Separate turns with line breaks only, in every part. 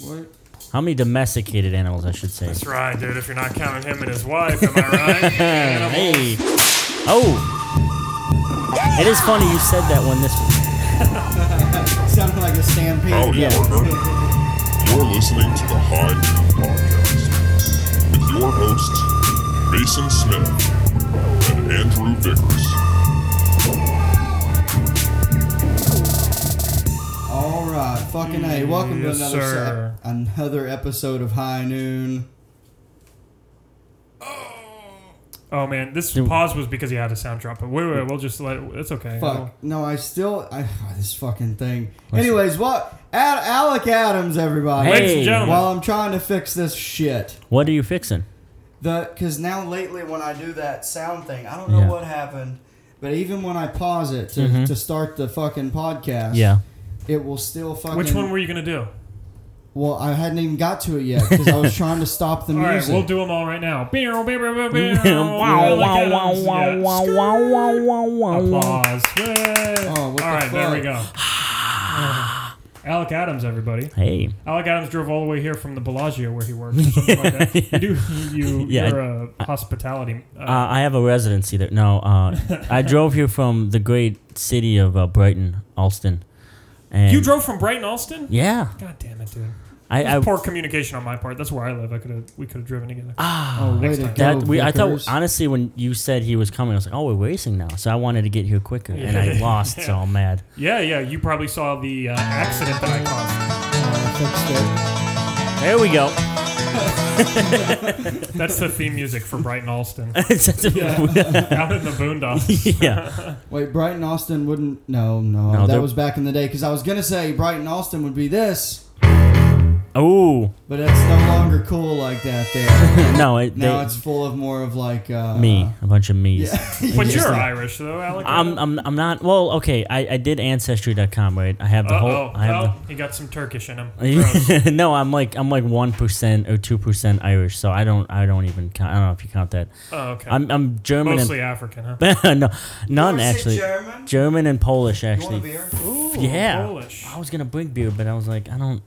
What?
How many domesticated animals, I should say?
That's right, dude. If you're not counting him and his wife, am I right? Animals.
Hey. Oh. It is funny you said that one this
Sounded like a stampede.
Howdy,
Yeah.
partner. You're listening to the High Noon Podcast with your hosts, Mason Smith and Andrew Vickers.
All right, fucking a.
Mm,
Welcome
Yes,
to another
sir.
se- another episode of High Noon.
Oh man, this pause was because he had a sound drop. But wait, wait, we'll just let it. It's okay.
Fuck. No, I still. I oh, this fucking thing. Anyways, what? Ad, Alec Adams, everybody.
Ladies
Hey.
and gentlemen,
While I'm trying to fix this shit.
What are you fixing?
The because now lately when I do that sound thing, I don't know
Yeah. Mm-hmm.
what happened, but even when I pause it to, to start the fucking podcast,
Yeah.
it will still fucking.
which one were you gonna do?
Well, I hadn't even got to it yet because I was trying to stop the
All right,
music.
we'll do them all right now. Wow,
Wow, wow, wow, wow, wow,
wow,
wow, wow, wow, wow, wow.
Applause. Yay.
Oh,
All
what the
right, there we
fuck?
go. Alec Adams, everybody.
Hey.
Alec Adams drove all the way here from the Bellagio where he works. Or something like that. You do you
Yeah.
you're a hospitality. Uh,
Uh, I have a residency there. No, uh, I drove here from the great city of uh, Brighton, Alston. And
you drove from Brighton, Alston.
Yeah.
God damn it, dude.
I, I
Poor communication on my part. That's where I live. I could have we could have driven together.
Ah.
oh, way
next
to
time.
go,
that we I
Vickers.
thought honestly when you said he was coming, I was like, oh, we're racing now. So I wanted to get here quicker, and I lost, so I'm mad.
Yeah, yeah. You probably saw the uh, accident that I caused.
I
There we go.
That's the theme music for Brighton Alston.
It's-
Out in the boondocks.
yeah.
fixed it. Wait, Brighton Austin wouldn't. No, no,
No,
that
they're-
was back in the day because I was gonna say Brighton Austin would be this,
Oh
but that's no longer cool like that. There
no, it, they,
now it's full of more of like uh,
me, a bunch of me's.
But
Just
you're
like-
Irish, though, Alec.
I'm, I'm, I'm not. Well, okay, I, I did ancestry.com, right? I have the
Uh
whole.
oh.
I have
Well, he got some Turkish in him. Gross.
the, no, I'm like I'm like one percent or two percent Irish, so I don't I don't even count. I don't know if you count that.
oh, okay.
I'm I'm German
Mostly African, huh?
and no, none
Is it
actually.
German?
German and Polish
You want a
actually.
beer?
Ooh,
Yeah,
Polish.
I was gonna bring beer, but I was like, I don't.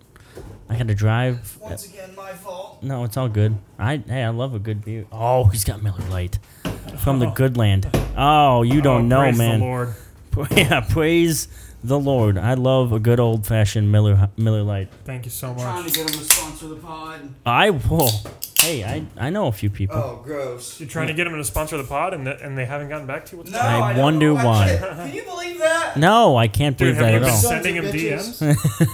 I had to drive.
Once again, my fault.
No, it's all good. I hey, I love a good beer. Oh, he's got Miller Lite from the good land. Oh, you don't
Oh,
know,
praise the
man.
Lord.
yeah, praise the Lord. I love a good old fashioned Miller Miller Lite.
Thank you so
Trying to
much.
get him to sponsor the pod.
I whoa. Hey, I I know a few people.
Oh, gross.
You're trying to get him to sponsor the pod, and, th- and they haven't gotten back to you. What's
No,
that?
I
I, don't
wonder
know. I
why.
can't- Can you believe that?
No, I can't
Dude,
believe that
have you
at
been
all.
Sons
sending
of
him
bitches.
DMs?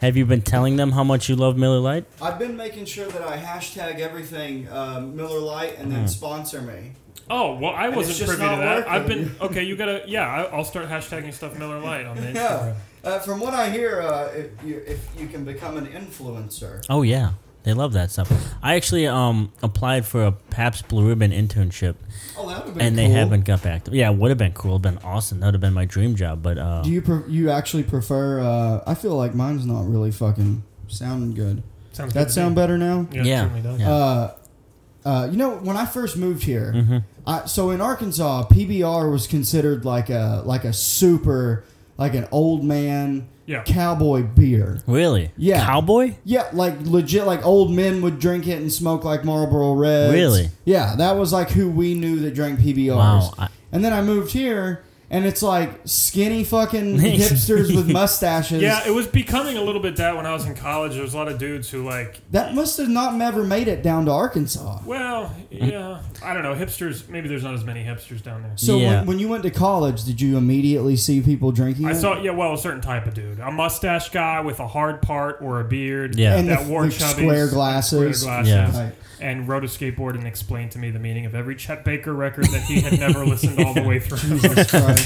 Have you been telling them how much you love Miller Lite?
I've been making sure that I hashtag everything uh, Miller Lite and
Mm.
then sponsor me.
Oh well, I
it's
wasn't
just
privy to
not
that. I've
working.
been okay. You gotta yeah. I- I'll start hashtagging stuff Miller Lite on the Instagram.
Yeah. Uh, from what I hear, uh, if, you, if you can become an influencer.
Oh yeah, they love that stuff. I actually um applied for a Pabst Blue Ribbon internship,
Oh, that would have been
and they
cool.
haven't got back. to Yeah, it would have been cool, been awesome. That would have been my dream job. But uh,
Do you pre- you actually prefer? Uh, I feel like mine's not really fucking sounding good.
Sounds
Does that sound better now?
Yeah.
Yeah, It certainly does.
Yeah.
Uh, uh, you know, when I first moved here,
Mm-hmm.
I, so in Arkansas, PBR was considered like a like a super like an old man
Yeah.
cowboy beer.
really,
Yeah.
cowboy.
Yeah, like legit, like old men would drink it and smoke like Marlboro Reds.
Really?
Yeah, that was like who we knew that drank PBRs.
Wow, I-
and then I moved here, and it's like skinny fucking hipsters with mustaches.
Yeah, it was becoming a little bit that when I was in college. There was a lot of dudes who like,
that must have not never made it down to Arkansas.
well, yeah, I don't know, hipsters. Maybe there's not as many hipsters down there.
So
Yeah.
when, when you went to college, did you immediately see people drinking?
I
it?
saw, yeah, well, a certain type of dude, a mustache guy with a hard part or a beard,
Yeah.
And
that
the-
wore
the
chubbies,
square glasses.
square glasses,
Yeah.
Right.
and rode a skateboard and explained to me the meaning of every Chet Baker record that he had never listened all the way through.
Jesus Christ.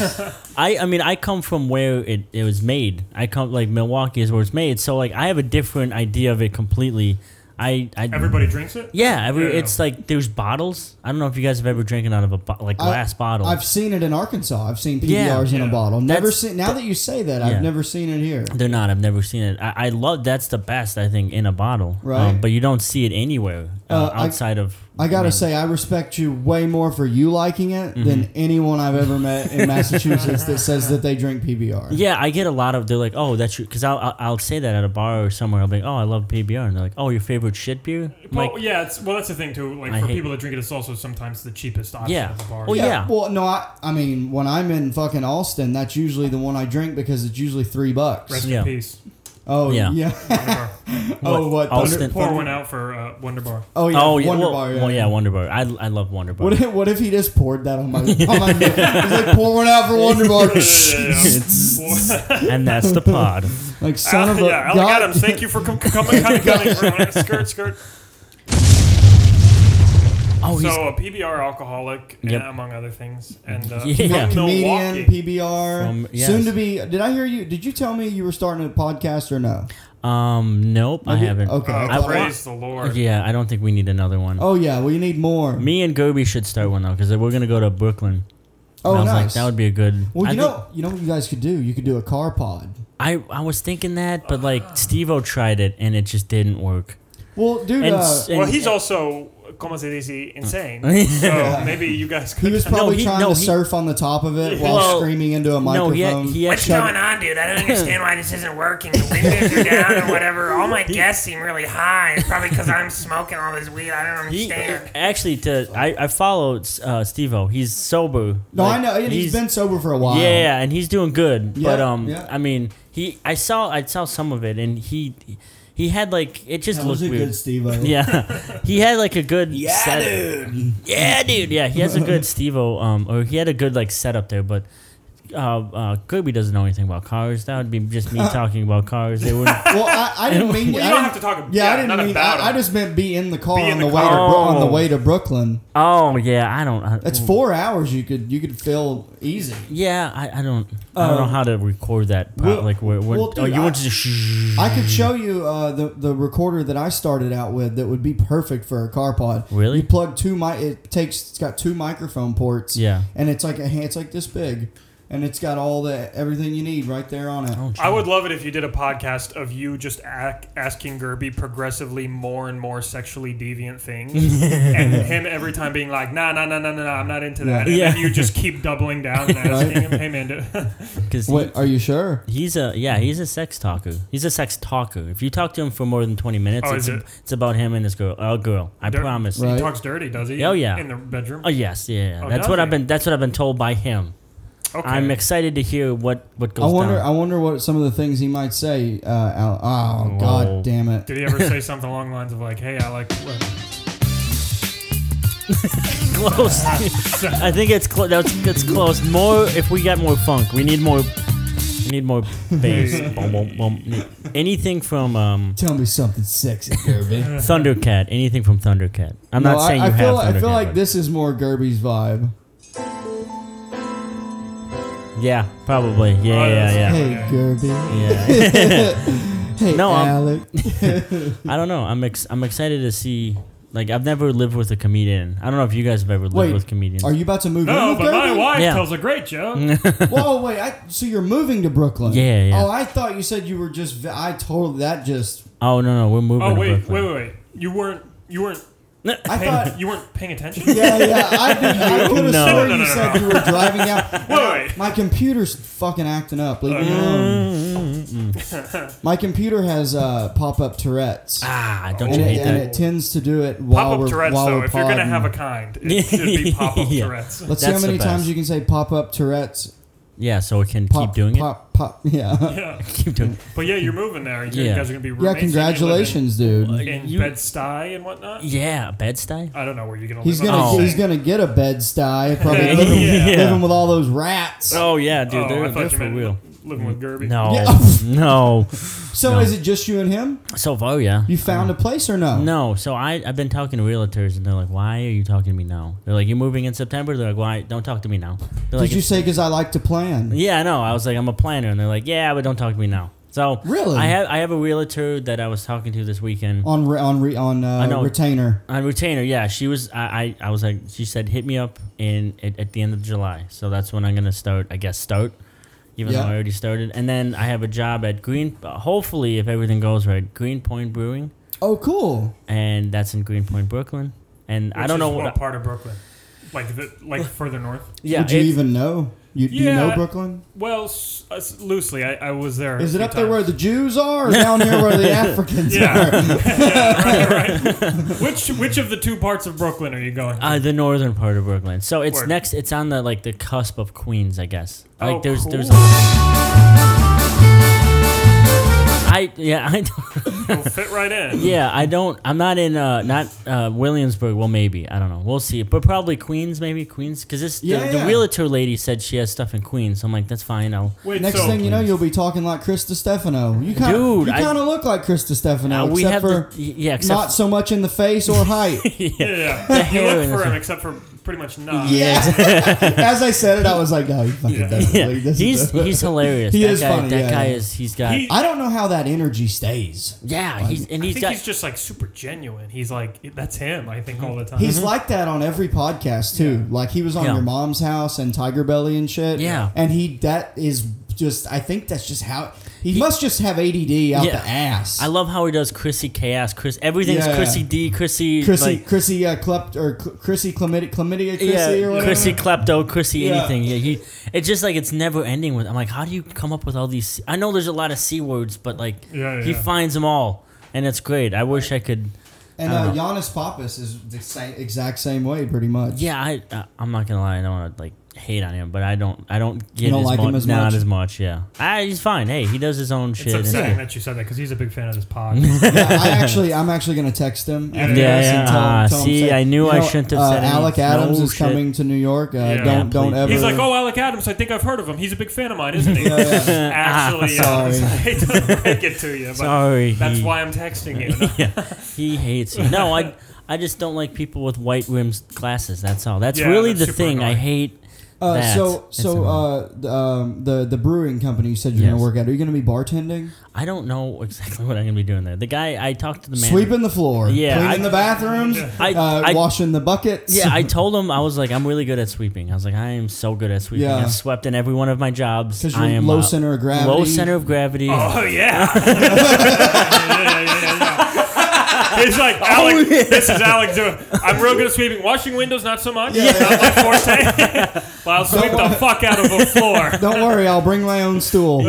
I, I mean I come from where it, it was made. I come like Milwaukee is where it's made. So like I have a different idea of it completely. I, I
Everybody drinks it.
Yeah, every
Yeah, yeah.
it's like there's bottles. I don't know if you guys have ever drinking out of a bo- like
I-
glass bottle.
I've seen it in Arkansas. I've seen PBRs
Yeah.
in a
Yeah.
bottle. Never
That's-
seen. Now that you say that,
Yeah.
I've never seen it here.
They're not. I've never seen it. I, I love that's the best I think in a bottle. Um,
Right.
but you don't see it anywhere uh,
Uh, I-
outside of
I gotta say, I respect you way more for you liking it
Mm-hmm.
than anyone I've ever met in Massachusetts that says that they drink PBR.
Yeah, I get a lot of they're like, oh, that's your because I'll, I'll I'll say that at a bar or somewhere. I'll be like, oh, I love PBR, and they're like, oh, your favorite shit beer. I'm
Well,
like,
Oh, yeah, it's, well, that's the thing too. Like
I
for
hate-
people that drink it, it's also sometimes the cheapest option
Yeah.
at the bar.
Oh, yeah.
Well, no, I, I mean, when I'm in fucking Austin, that's usually the one I drink because it's usually three bucks.
Rest
Yeah.
in peace.
Oh
Yeah.
yeah.
Wonder Bar.
oh what? Thunder-
Austin-
Pour one out for uh, Wonder Bar.
Oh yeah.
oh yeah,
Wonder
well,
Bar, yeah.
well, yeah, Wonder Bar. I, I love Wonder Bar.
What if, what if he just poured that on my? on my He's like pour one out for Wonder Bar.
and that's the pod.
like son of a
yeah, Alec
god.
Adams, thank you for com- coming, coming, coming. coming. skirt, skirt.
Oh, he's
So uh, a PBR alcoholic, and
Yep.
among other things, and uh,
Yeah.
from
Comedian,
Milwaukee.
PBR,
From- yes.
soon to be. Did I hear you? Did you tell me you were starting a podcast or no?
um nope, I
Okay,
haven't.
okay.
Oh,
I
wa-
praise the Lord.
Yeah, I don't think we need another one.
Oh yeah, we need more.
Me and Gobi should start one though because we're gonna go to Brooklyn.
oh
and I was
nice.
like, that would be a good.
well,
I
you
think-
know, you know what you guys could do. You could do a car pod.
I, I was thinking that, but like Steve O tried it and it just didn't work.
Well, dude,
And,
uh,
and-
Well, he's also, como se dice, insane. so maybe you guys could.
he was probably
he-
trying
no,
to
he-
surf on the top of it while
Well,
screaming into a
no,
microphone.
he, he
What's
actually.
going on, dude? I don't understand why this isn't working. The windows are down or whatever. All my guests seem really high. It's probably because I'm smoking all this weed. I don't
He
understand.
actually to I, I followed uh, Steve-O. He's sober.
no,
Like,
I know. and he's been sober for a while.
yeah, yeah, and he's doing good.
Yeah,
but um,
yeah.
I mean, he I saw I saw some of it, and he he had like it just
That
looked
was a
weird.
good Steve.
yeah, he had like a good yeah, dude. Yeah, dude. Yeah, he has a good Steve-O, um, or he had a good like setup there, but. Uh, uh, Kirby doesn't know anything about cars. That would be just me talking about cars. They wouldn't.
Well, I, I didn't mean.
Well, you
I
don't
didn't-
have to talk ab-
Yeah,
yeah,
I didn't
not
mean.
about
I, I
him.
just meant be in the car
Be in
on the,
the
way to
car.
Bro- on the
Oh.
way to Brooklyn.
Oh yeah, I don't. I,
That's four hours. You could you could fill easy.
Yeah, I, I don't I don't know
Um,
how to record that. Pro-
well-
like where, where
well,
oh,
dude,
you want
I-
to just
I could show you uh, the the recorder that I started out with that would be perfect for a car pod.
Really?
You plug two mic. It takes. It's got two microphone ports.
Yeah.
And it's like a hand. It's like this big, and it's got all the everything you need right there on
Oh,
it.
I would love it if you did a podcast of you just ac- asking Gerby progressively more and more sexually deviant things, and him every time being like, "Nah, nah, nah, nah, nah, nah I'm not into that." And
Yeah.
then you just keep doubling down and asking him, "Hey, man, do-
because
Wait, are you sure?
he's a
Hmm.
yeah he's a sex talker. He's a sex talker. If you talk to him for more than twenty minutes,
Oh,
it's,
is it?
it's about him and his girl. Oh, girl, I
Dirt-
promise.
Right.
he talks dirty, does he?"
Oh, yeah.
in the bedroom.
Oh yes, yeah. yeah.
Oh,
that's
does
what I've
he?
been. That's what I've been told by him.
Okay.
I'm excited to hear what what
I
goes
wonder.
down.
I wonder what some of the things he might say. Uh, Al- oh
Whoa.
God, damn it!
Did he ever say something along the lines of like, "Hey, I like"? What?
close. I think it's close. That's that's close. More if we got more funk, we need more. We need more bass. Boom, boom, boom. Anything from um.
Tell me something sexy, Gerby.
Thundercat, anything from Thundercat. I'm
No,
not
I,
saying
I
you
feel.
have
I
Thundercat.
feel like
but-
this is more Gerby's vibe.
Yeah, probably. Yeah,
Oh,
yeah,
that's-
yeah.
Hey, Gerby.
yeah.
Hey,
No, I'm-
Alec.
I don't know. I'm ex- I'm excited to see. Like, I've never lived with a comedian. I don't know if you guys have ever lived
Wait,
with comedians.
Are you about to move in
No,
with
but my
Gerby?
wife
Yeah.
tells a great joke.
Whoa, wait. I, so you're moving to Brooklyn?
Yeah, yeah.
Oh, I thought you said you were just. v- I totally that just.
oh no, no, we're moving.
Oh
to
wait, wait,
Brooklyn.
wait, wait! You weren't, you weren't,
I
paying,
thought.
you weren't paying attention.
Yeah, yeah. I, did- I could have
No.
sworn
No, no,
you
no,
said
no.
you were driving out.
Wait, wait.
My computer's fucking acting up. Leave me alone. My computer has uh, pop-up Tourette's,
Ah, don't
and,
you
it,
hate
and
that?
it tends to do it while
Pop
we're
up Tourette's,
while
though.
we're
If you're gonna
podding.
have a kind, it should be pop up
Yeah.
Tourette's.
Let's see how
That's the
many times
best.
you can say pop-up Tourette's.
yeah, so it can
Pop,
keep doing
pop, pop. Yeah.
Yeah.
it. Keep doing.
But yeah, you're moving there. You
Yeah.
guys are gonna be
Yeah.
roommates. and you live in-
Congratulations, dude.
in
You-
Bed Stuy and whatnot.
Yeah, bed style.
I don't know where you're gonna.
He's
live.
gonna
Oh.
he's gonna get a bed sty. Probably living,
Yeah.
living with all those rats.
Oh yeah, dude,
Oh, I
they're,
thought
they're
you
for
meant
real.
Living with Gerby.
No,
Yeah.
no.
So is it just you and him?
So far, yeah.
You found a place or no?
No, so I, I've been talking to realtors and they're like, why are you talking to me now? They're like, you're moving in September? They're like, why? Don't talk to me now. They're like,
Did you
"It's-
say because I like to plan?
Yeah, I know. I was like, I'm a planner. And they're like, yeah, but don't talk to me now. So
Really? Oh.
I have, I have a realtor that I was talking to this weekend.
On re, on re, on
I
uh,
know.
retainer.
On retainer, yeah, she was. I, I, I was like, she said, hit me up in at, at the end of July. So that's when I'm gonna start. I guess start, even
Yeah.
though I already started. And then I have a job at Green. Hopefully, if everything goes right, Greenpoint Brewing,
Oh, cool.
and that's in Greenpoint, Brooklyn. And I
Which
don't
is
know
what
what.
part of Brooklyn, like the, like further north.
yeah,
Would you
it-
even know? You, Do you know
Yeah.
Brooklyn?
Well, s- uh, s- loosely, I, I was there. a
Is it
few
up there where
times.
the Jews are, or down here where the Africans are?
Yeah. yeah right, right. Which which of the two parts of Brooklyn are you going?
Uh, the northern part of Brooklyn. So it's
Word.
next. It's on the like the cusp of Queens, I guess.
Oh,
Like there's there's.
cool.
I yeah I don't,
You'll fit right in.
yeah I don't I'm not in uh not uh Williamsburg well maybe I don't know we'll see but probably Queens maybe Queens because this the,
Yeah,
the
yeah.
realtor lady said she has stuff in Queens so I'm like that's fine I'll
Wait,
Next
so
thing you know, you'll be talking like Chris Stefano. You kind of
Dude,
you
I-
kind of look like Chris Stefano,
Uh,
except
we have
for
the, yeah except
not so much in the face or height.
yeah, yeah. you
hair
look
in
for
this
him,
one.
except for pretty much not.
yeah. As I said it, I was like, no, he fucking
Yeah.
doesn't.
yeah
Like, this is
he's
the-
he's hilarious
He
that
is
guy
funny,
that
yeah,
guy
yeah.
is he's got
He-
I don't know how that energy stays.
yeah he's and
I
he's
think
got Mm-hmm.
he's just like super genuine. He's like that's him. I think all the time.
He's like that on every podcast too. Like he was on
Yeah.
your mom's house and Tiger Belly and shit.
Yeah.
and he that is just. I think that's just how he, must just have ADD out
Yeah.
the ass.
I love how he does Chrissy Chaos. Chris, everything's
Yeah.
Chrissy D. Chrissy,
Chrissy,
like-
Chrissy, uh, Klept, or Cl- Chrissy chlamydia, chlamydia, Chrissy, or
yeah,
whatever.
Chrissy Klepto, Chrissy
Yeah.
anything. Yeah, he. It's just like it's never ending with. I'm like, how do you come up with all these? C- I know there's a lot of c words, but like
Yeah,
he
yeah.
finds them all, and it's great. I wish I could.
and
I
uh,
don't
Giannis Pappas is the same, exact same way, pretty much.
Yeah, I. Uh, I'm not gonna lie. I don't want to like hate on him, but I don't. I don't get
don't
as
like
much.
him as
not
much?
as much. Yeah, I, he's fine. Hey, he does his own shit.
it's
and-
upsetting that you said that because he's a big fan of this pod.
Yeah, I actually, I'm actually gonna text him. after
Yeah,
this and
yeah.
tell him-
Ah,
tell him,
see,
say-
I knew
You
I
know,
shouldn't have
uh,
said anything.
Alec Adams
No
is
shit.
coming to New York. Uh, Don't,
Yeah.
Yeah,
don't
please.
ever.
He's like, oh, Alec Adams. I think I've heard of him. He's a big fan of mine, isn't he?
yeah.
Actually,
Ah,
uh,
sorry.
I hate to break it to you, but
Sorry,
that's
he-
why I'm texting you.
yeah, he hates you. No, I I just don't like people with white rims glasses. That's all. That's
Yeah,
really
that's
the
super
thing. I
annoying.
hate.
Uh,
that.
so,
It's
so
annoying.
uh, the, um, the the brewing company you said you're
Yes.
gonna work at. Are you gonna be bartending,
I don't know exactly what I'm gonna be doing there. The guy I talked to the man.
sweeping the floor,
Yeah,
cleaning the
I-
bathrooms,
I-
uh,
I-
washing the buckets?
Yeah, I told him I was like, I'm really good at sweeping. I was like, I am so good at sweeping.
Yeah.
I've swept in every one of my jobs.
'Cause
I
you're
am
low
uh,
center of gravity.
Low center of gravity.
Oh yeah. yeah, yeah, yeah, yeah. He's like
Oh,
Alec. This is Alec doing. I'm real good at sweeping, washing windows, not so much. Yeah, not my forte. but I'll sweep the fuck out of a floor.
Don't worry, I'll bring my own stool.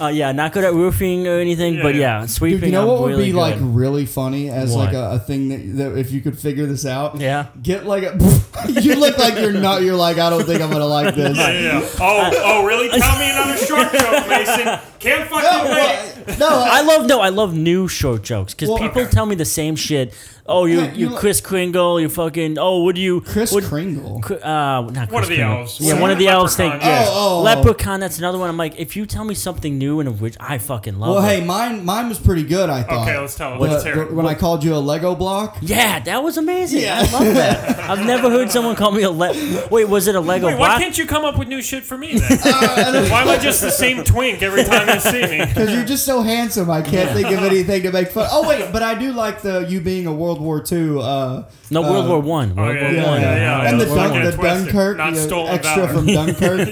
Uh, yeah, not good at roofing or anything,
Yeah,
but
yeah.
yeah, sweeping.
Dude, you know
I'm
what would
really
be like
good.
really funny as like
What?
a, a thing that, that if you could figure this out?
Yeah.
Get like a. you look like you're not. You're like I don't think I'm gonna like this.
Yeah, yeah. Oh, oh, really? Tell me another short joke, Mason. Can't
No,
fucking wait.
well, no, uh,
I
I,
love no, I love new short jokes because
Well-
people tell me the same shit. Oh, you
Yeah, you
you
like-
Chris Kringle, you fucking oh, would you
Chris
would,
Kringle.
Cr- uh, not
One
Chris
of the
Kringle.
elves.
Yeah, one of the elves. Thing.
Leprechaun.
Yeah.
Oh, oh, oh.
Leprechaun. That's another one. I'm like, if you tell me something new and of which I fucking love.
Well,
it.
hey, mine mine was pretty good. I thought.
Okay, let's tell.
The-
Let's hear
the-
it.
when I called you a Lego block.
Yeah, that was amazing.
Yeah.
I love that. I've never heard someone call me a le- wait. Was it a Lego
Wait, why
block?
can't you come up with new shit for me then?
Uh,
why am I just the same twink every time you see me?
Because you're just so handsome, I can't think of anything to make fun. Oh wait, but I do like the you being a World War II. Uh,
no, World
uh,
War One. World
yeah,
War
yeah,
One.
yeah, yeah, yeah.
and the,
World War
Dun-
One.
the
Twisted,
Dunkirk,
not
you know,
stolen
extra
valor.
from Dunkirk.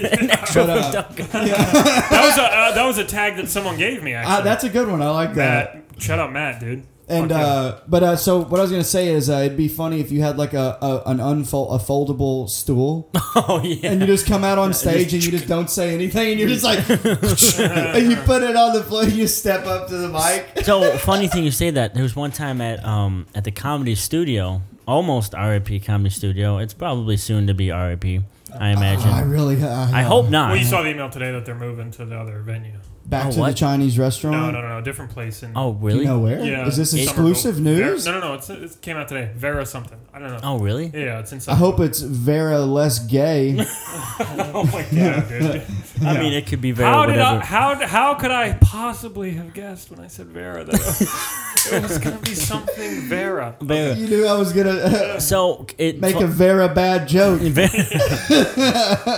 But, uh,
That was a uh, that was a tag that someone gave me. Actually,
I- Ah, that's a good one. I like that.
Matt. Shut up, Matt, dude.
And
Fuck him.
uh, but uh, so what I was gonna say is uh, it'd be funny if you had like a, a an unfold a foldable stool
Oh yeah.
and you just come out on stage and you just don't say anything and you're just like and you put it on the floor and you step up to the mic.
So funny thing you say that. There was one time at um at the comedy studio, almost RIP comedy studio. It's probably soon to be RIP. I imagine.
I really uh,
I hope not.
well, you saw the email today that they're moving to the other venue.
back
Oh,
to the
what?
Chinese restaurant.
No, no, no, no, different place in.
oh
Do
really?
You know where? Um, Is
Yeah,
this
in
exclusive
Somerville. Vera-
news?
no, no, no. It's, it came out today. Vera something. I don't know.
Oh really?
Yeah, it's inside.
I hope it's Vera less gay.
oh my god, dude.
I mean, it could be very
How did
whatever.
I, how how could I possibly have guessed when I said Vera that it was gonna be something Vera?
Very-
you knew I was gonna uh,
So it
make a Vera bad joke.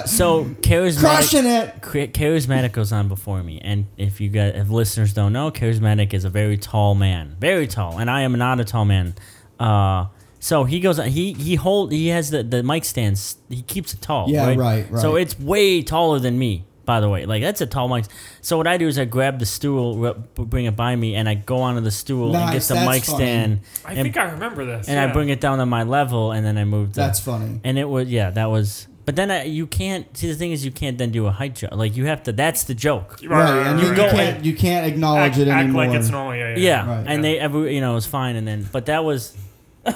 so charismatic.
Crushing it.
Chri- Charismatic goes on before me, and if you got if listeners don't know, Charismatic is a very tall man, very tall, and I am not a tall man. Uh, so he goes, he he hold, he has the the mic stands, he keeps it tall.
Yeah, right,
So
right.
it's way taller than me. By the way, like that's a tall mic. So what I do is I grab the stool, re- bring it by me, and I go onto the stool and get
Nice,
the
that's
mic
funny.
stand,
I
and,
think I remember this.
and I bring it down to my level, and then I move. the-
That's funny.
and it was yeah, that was. But then I, you can't see the thing is you can't then do a height joke. Like you have to. That's the joke.
Right, and you,
go
can't you can't acknowledge
act,
it
act
anymore.
like it's normal. Yeah, yeah.
Yeah,
Right.
and they every you know it was fine, and then but that was,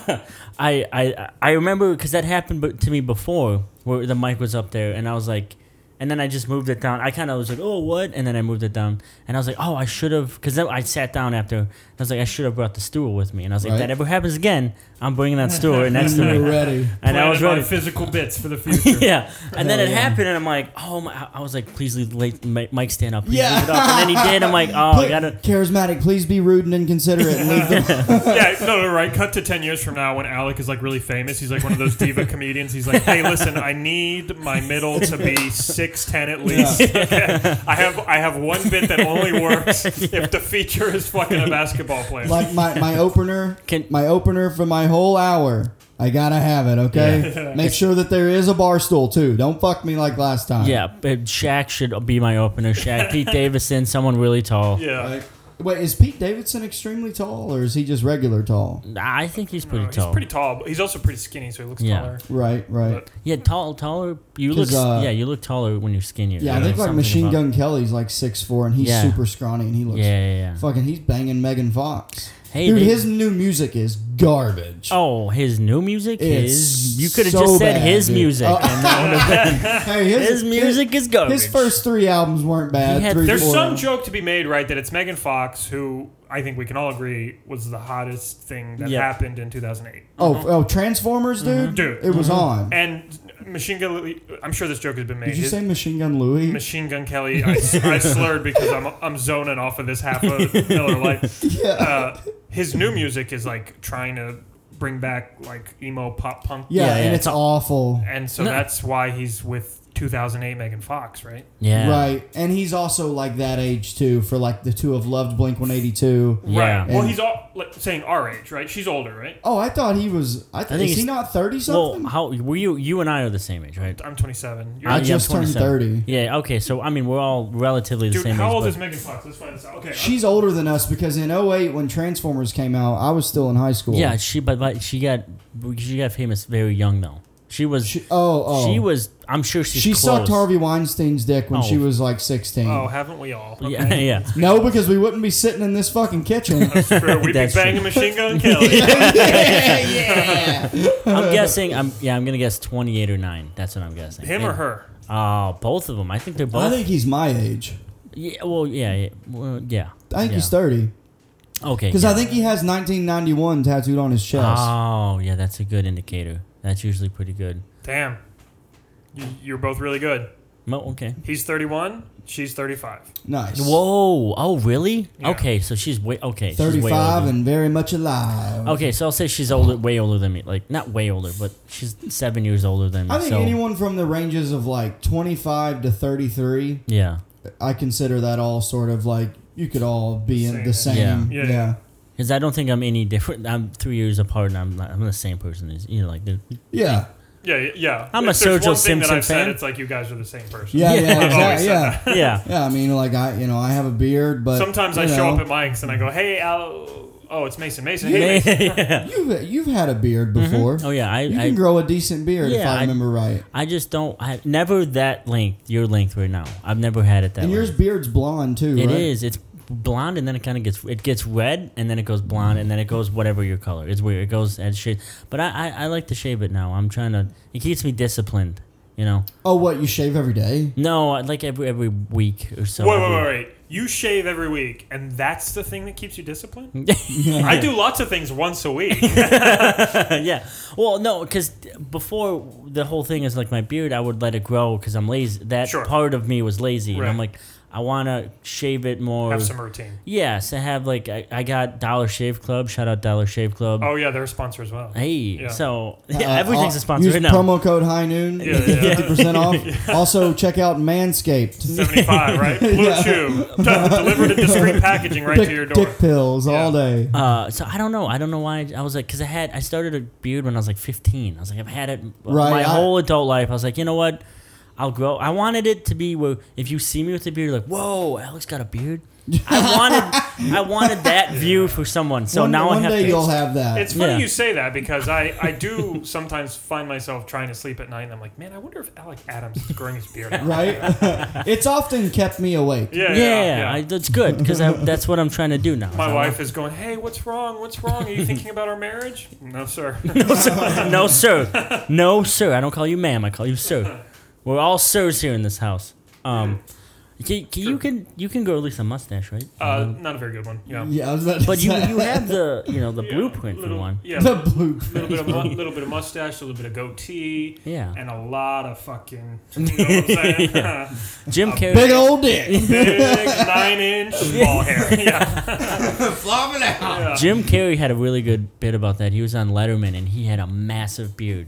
I I I remember because that happened b- to me before where the mic was up there, and I was like, and then I just moved it down. I kind of was like, oh what, and then I moved it down, and I was like, oh I should have, because I sat down after. and I was like, I should have brought the stool with me, and I was like, if
Right.
that ever happens again, I'm bringing that stool right next to
You're
me,
ready.
and I was
Planted my
ready.
physical bits for the future.
Yeah, and then
Hell
it
yeah.
happened, and I'm like, oh my! I was like, please leave, leave Mike stand up. Please
Yeah.
leave it up. And then he did. I'm like, oh, I
Put-
gotta.
Charismatic, please be rude and inconsiderate. And leave them.
yeah, no, no, right. Cut to ten years from now when Alec is like really famous. He's like one of those diva comedians. He's like, hey, listen, I need my middle to be six ten at least. Okay? I have I have one bit that only works if the feature is fucking a basketball player.
like my, my opener,
Can-
my opener for my whole hour. I gotta have it, okay? Make sure that there is a bar stool too. Don't fuck me like last time.
Yeah, but Shaq should be my opener. Shaq, Pete Davidson, someone really tall.
yeah.
Like, wait, is Pete Davidson extremely tall, or is he just regular tall?
I think he's pretty
he's
tall.
pretty tall, but he's also pretty skinny, so he looks
Yeah.
taller.
Right, right.
yeah, tall, taller. You look,
'Cause, uh,
yeah, you look taller when you're skinnier.
Yeah, I think like
Something
Machine
about-
Gun Kelly's like six four, and he's
Yeah.
super scrawny, and he looks
Yeah, yeah, yeah.
fucking. He's banging Megan Fox.
Hey,
dude,
they-
his new music is garbage.
Oh, his new music.
It's
His you could have
so
just said
bad,
his
dude.
music.
Oh.
and that would have been-
Hey, his,
his music is garbage.
His first three albums weren't bad.
He had-
three,
There's
four
some
albums.
joke to be made, right, that it's Megan Fox who I think we can all agree was the hottest thing that
Yeah.
happened in 2008.
Oh, oh, Transformers, dude.
Mm-hmm. Dude.
it was on.
And Machine Gun, I'm sure this joke has been made.
Did you
His-
say Machine Gun Louie?
Machine Gun Kelly, I, I slurred because I'm, I'm zoning off of this half of Miller Lite.
yeah.
Uh, his new music is like trying to bring back like emo pop punk.
yeah,
yeah,
and
yeah.
it's awful.
And so
No.
that's why he's with 2008 Megan Fox, right?
yeah,
Right. And he's also like that age too for like the two have loved Blink 182.
Yeah.
Right. Well,
And-
he's all, like, saying our age, right? She's older, right?
Oh, I thought he was. I,
think
think is he
he's-
not 30
Well,
something?
how were you? You and I are the same age, right?
I'm 27. You're
I
Yeah, I'm
just turned
27.
30.
Yeah. Okay. So I mean, we're all relatively the
Dude,
same
how
age.
old
but-
is Megan Fox? Let's find this out. Okay.
She's older than us because in 08 when Transformers came out, I was still in high school.
Yeah, she but, but she got she got famous very young though. She was
She,
she,
oh, oh.
was I'm sure she's
she
close.
sucked Harvey Weinstein's dick when she
Oh.
was like 16.
oh, haven't we all? Okay.
Yeah, yeah.
No, because we wouldn't be sitting in this fucking kitchen.
Sure, we'd be
That's
banging Machine Gun Kelly.
I'm guessing I'm yeah, I'm going to guess 28 or 9. That's what I'm guessing.
Him or her?
Uh, both of them. I think they're both
I think he's my age.
Yeah, well, yeah, yeah. Well, yeah.
I think
yeah.
he's 30.
Okay.
Because
yeah.
I think he has 1991 tattooed on his chest.
Oh, yeah, that's a good indicator. That's usually pretty good.
Damn. You, you're both really good.
Mo- okay.
He's 31. She's 35.
nice.
Whoa. Oh, really?
Yeah.
Okay, so she's way okay. she's way
35
older.
and very much alive.
Okay, so I'll say she's older, way older than me. Like not way older, but she's 7 years older than me.
I think
so
anyone from the ranges of like 25 to 33,
Yeah.
I consider that all sort of like you could all be in the
Same.
same. Yeah.
Yeah. Yeah.
yeah.
Because I don't think I'm any different. I'm three years apart, and I'm not, I'm the same person as you know. Like, the-
Yeah.
Yeah, yeah, yeah.
I'm a
If there's
Sergio
one thing that
Simpson
I've said,
fan.
It's like you guys are the same person.
Yeah. Yeah.
I've
exact-
always said
yeah.
yeah,
Yeah, I mean, like I, you know, I have a beard, but
Sometimes
you
I show
know,
up at Mike's and I go, "Hey, Al, oh, it's Mason. Mason, hey, Mason.
You've you've had a beard before.
oh yeah, I
You can
I,
grow a decent beard if
Yeah,
I
I-
remember right.
I just don't. I never that length. Your length right now. I've never had it that.
And yours
length.
beard's blonde too,
It
right?
is. It's blonde, and then it kind of gets it gets red, and then it goes blonde, and then it goes whatever your color. It's weird. It goes as shade. But I, I I like to shave it now. I'm trying to. It keeps me disciplined. You know.
Oh, what you shave every day?
No, I like every every week or so.
Wait,
I
wait,
do.
wait, wait. You shave every week, and that's the thing that keeps you disciplined. I do lots of things once a week.
yeah. Well, no, because before the whole thing is like my beard, I would let it grow because I'm lazy. That
Sure.
part of me was lazy, and I'm
Right.
like, I want to shave it more.
Have some routine.
yes, I have like I, I got Dollar Shave Club. Shout out Dollar Shave Club.
Oh yeah, they're a sponsor as well.
Hey,
Yeah.
so yeah,
Uh,
everything's
I'll
a sponsor
Use
right now.
promo code High Noon.
Yeah, yeah, yeah.
Fifty percent off. Also, check out Manscaped.
Seventy-five, right? Blue Chew, delivered in discreet packaging right to your
Dick,
door.
dick pills all day.
Uh, so I don't know. I don't know why I was like, because I had I started a beard when I was like 15. I was like, I've had it
Right,
my
I-
whole adult life. I was like, you know what? I'll grow. I wanted it to be where if you see me with a beard, you're like, whoa, Alex got a beard. I wanted, I wanted that view for someone. So
one,
now
one
I have
day
to.
you'll have that.
It's funny
Uh, Yeah.
you say that because I, I do sometimes find myself trying to sleep at night and I'm like, man, I wonder if Alec Adams is growing his beard out.
right? it's often kept me awake.
Yeah, yeah,
yeah,
yeah.
I, that's good because that's what I'm trying to do now.
My wife is going, hey, what's wrong? What's wrong? Are you thinking about our marriage? No, sir.
no sir, no sir. I don't call you ma'am. I call you sir. We're all sirs here in this house. Um, can, can, you can you can grow at least a mustache, right?
Uh, not a very good one. Yeah.
Yeah, I was about to
But you,
say.
you have the you know the
Yeah,
blueprint
little,
for one.
Yeah.
the
A
blue.
little bit, of, mu- little bit of mustache, a little bit of goatee,
Yeah.
and a lot of fucking, you know what I'm saying?
Jim Carrey.
Big old dick.
Big nine inch ball hair. Yeah.
Flopping out.
Jim Carrey had a really good bit about that. He was on Letterman and he had a massive beard.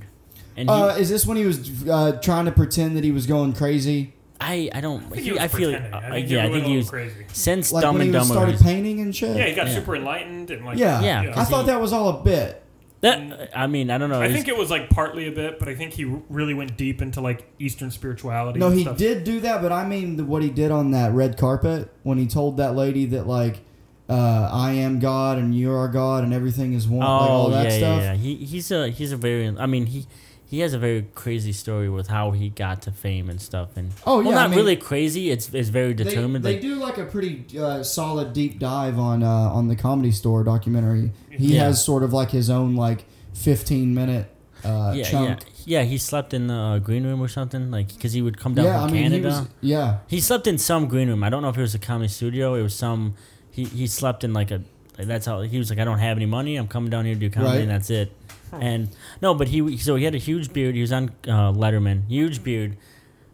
And he,
Uh, is this when he was uh, trying to pretend that he was going crazy?
I, I don't.
I think
he-
he was
I feel.
pretending. I
uh,
think he
yeah, I
went
think
a
he
little
was
crazy.
since
Like
Dumb
when
and
he was
Dumber.
started
he's-
painting and shit?
Yeah, he got
Yeah.
super enlightened and like.
Yeah.
Yeah,
I
because
thought
he-
that was all a bit.
That, I mean, I don't know.
I
he's-
think it was like partly a bit, but I think he really went deep into like Eastern spirituality.
No,
and
he
stuff.
did do that, but I mean the, what he did on that red carpet when he told that lady that like uh, I am God and you are God and everything is one,
oh
like all that
yeah,
stuff.
yeah, yeah. He he's a he's a very. I mean he. He has a very crazy story with how he got to fame and stuff, and
Oh, yeah,
well,
I
not
mean-
really crazy. It's it's very
They,
determined.
they
like-
do like a pretty uh, solid deep dive on uh, on the Comedy Store documentary. He
Yeah.
has sort of like his own like fifteen minute uh,
yeah, yeah,
chunk.
yeah. He slept in the uh, green room or something, like because he would come down
Yeah, I
from
mean
Canada.
he was yeah.
He slept in some green room. I don't know if it was a comedy studio. It was some. He he slept in like a. Like that's how he was like. I don't have any money. I'm coming down here to do comedy,
Right.
and that's it. And no, but he so he had a huge beard. He was on uh, Letterman, huge beard,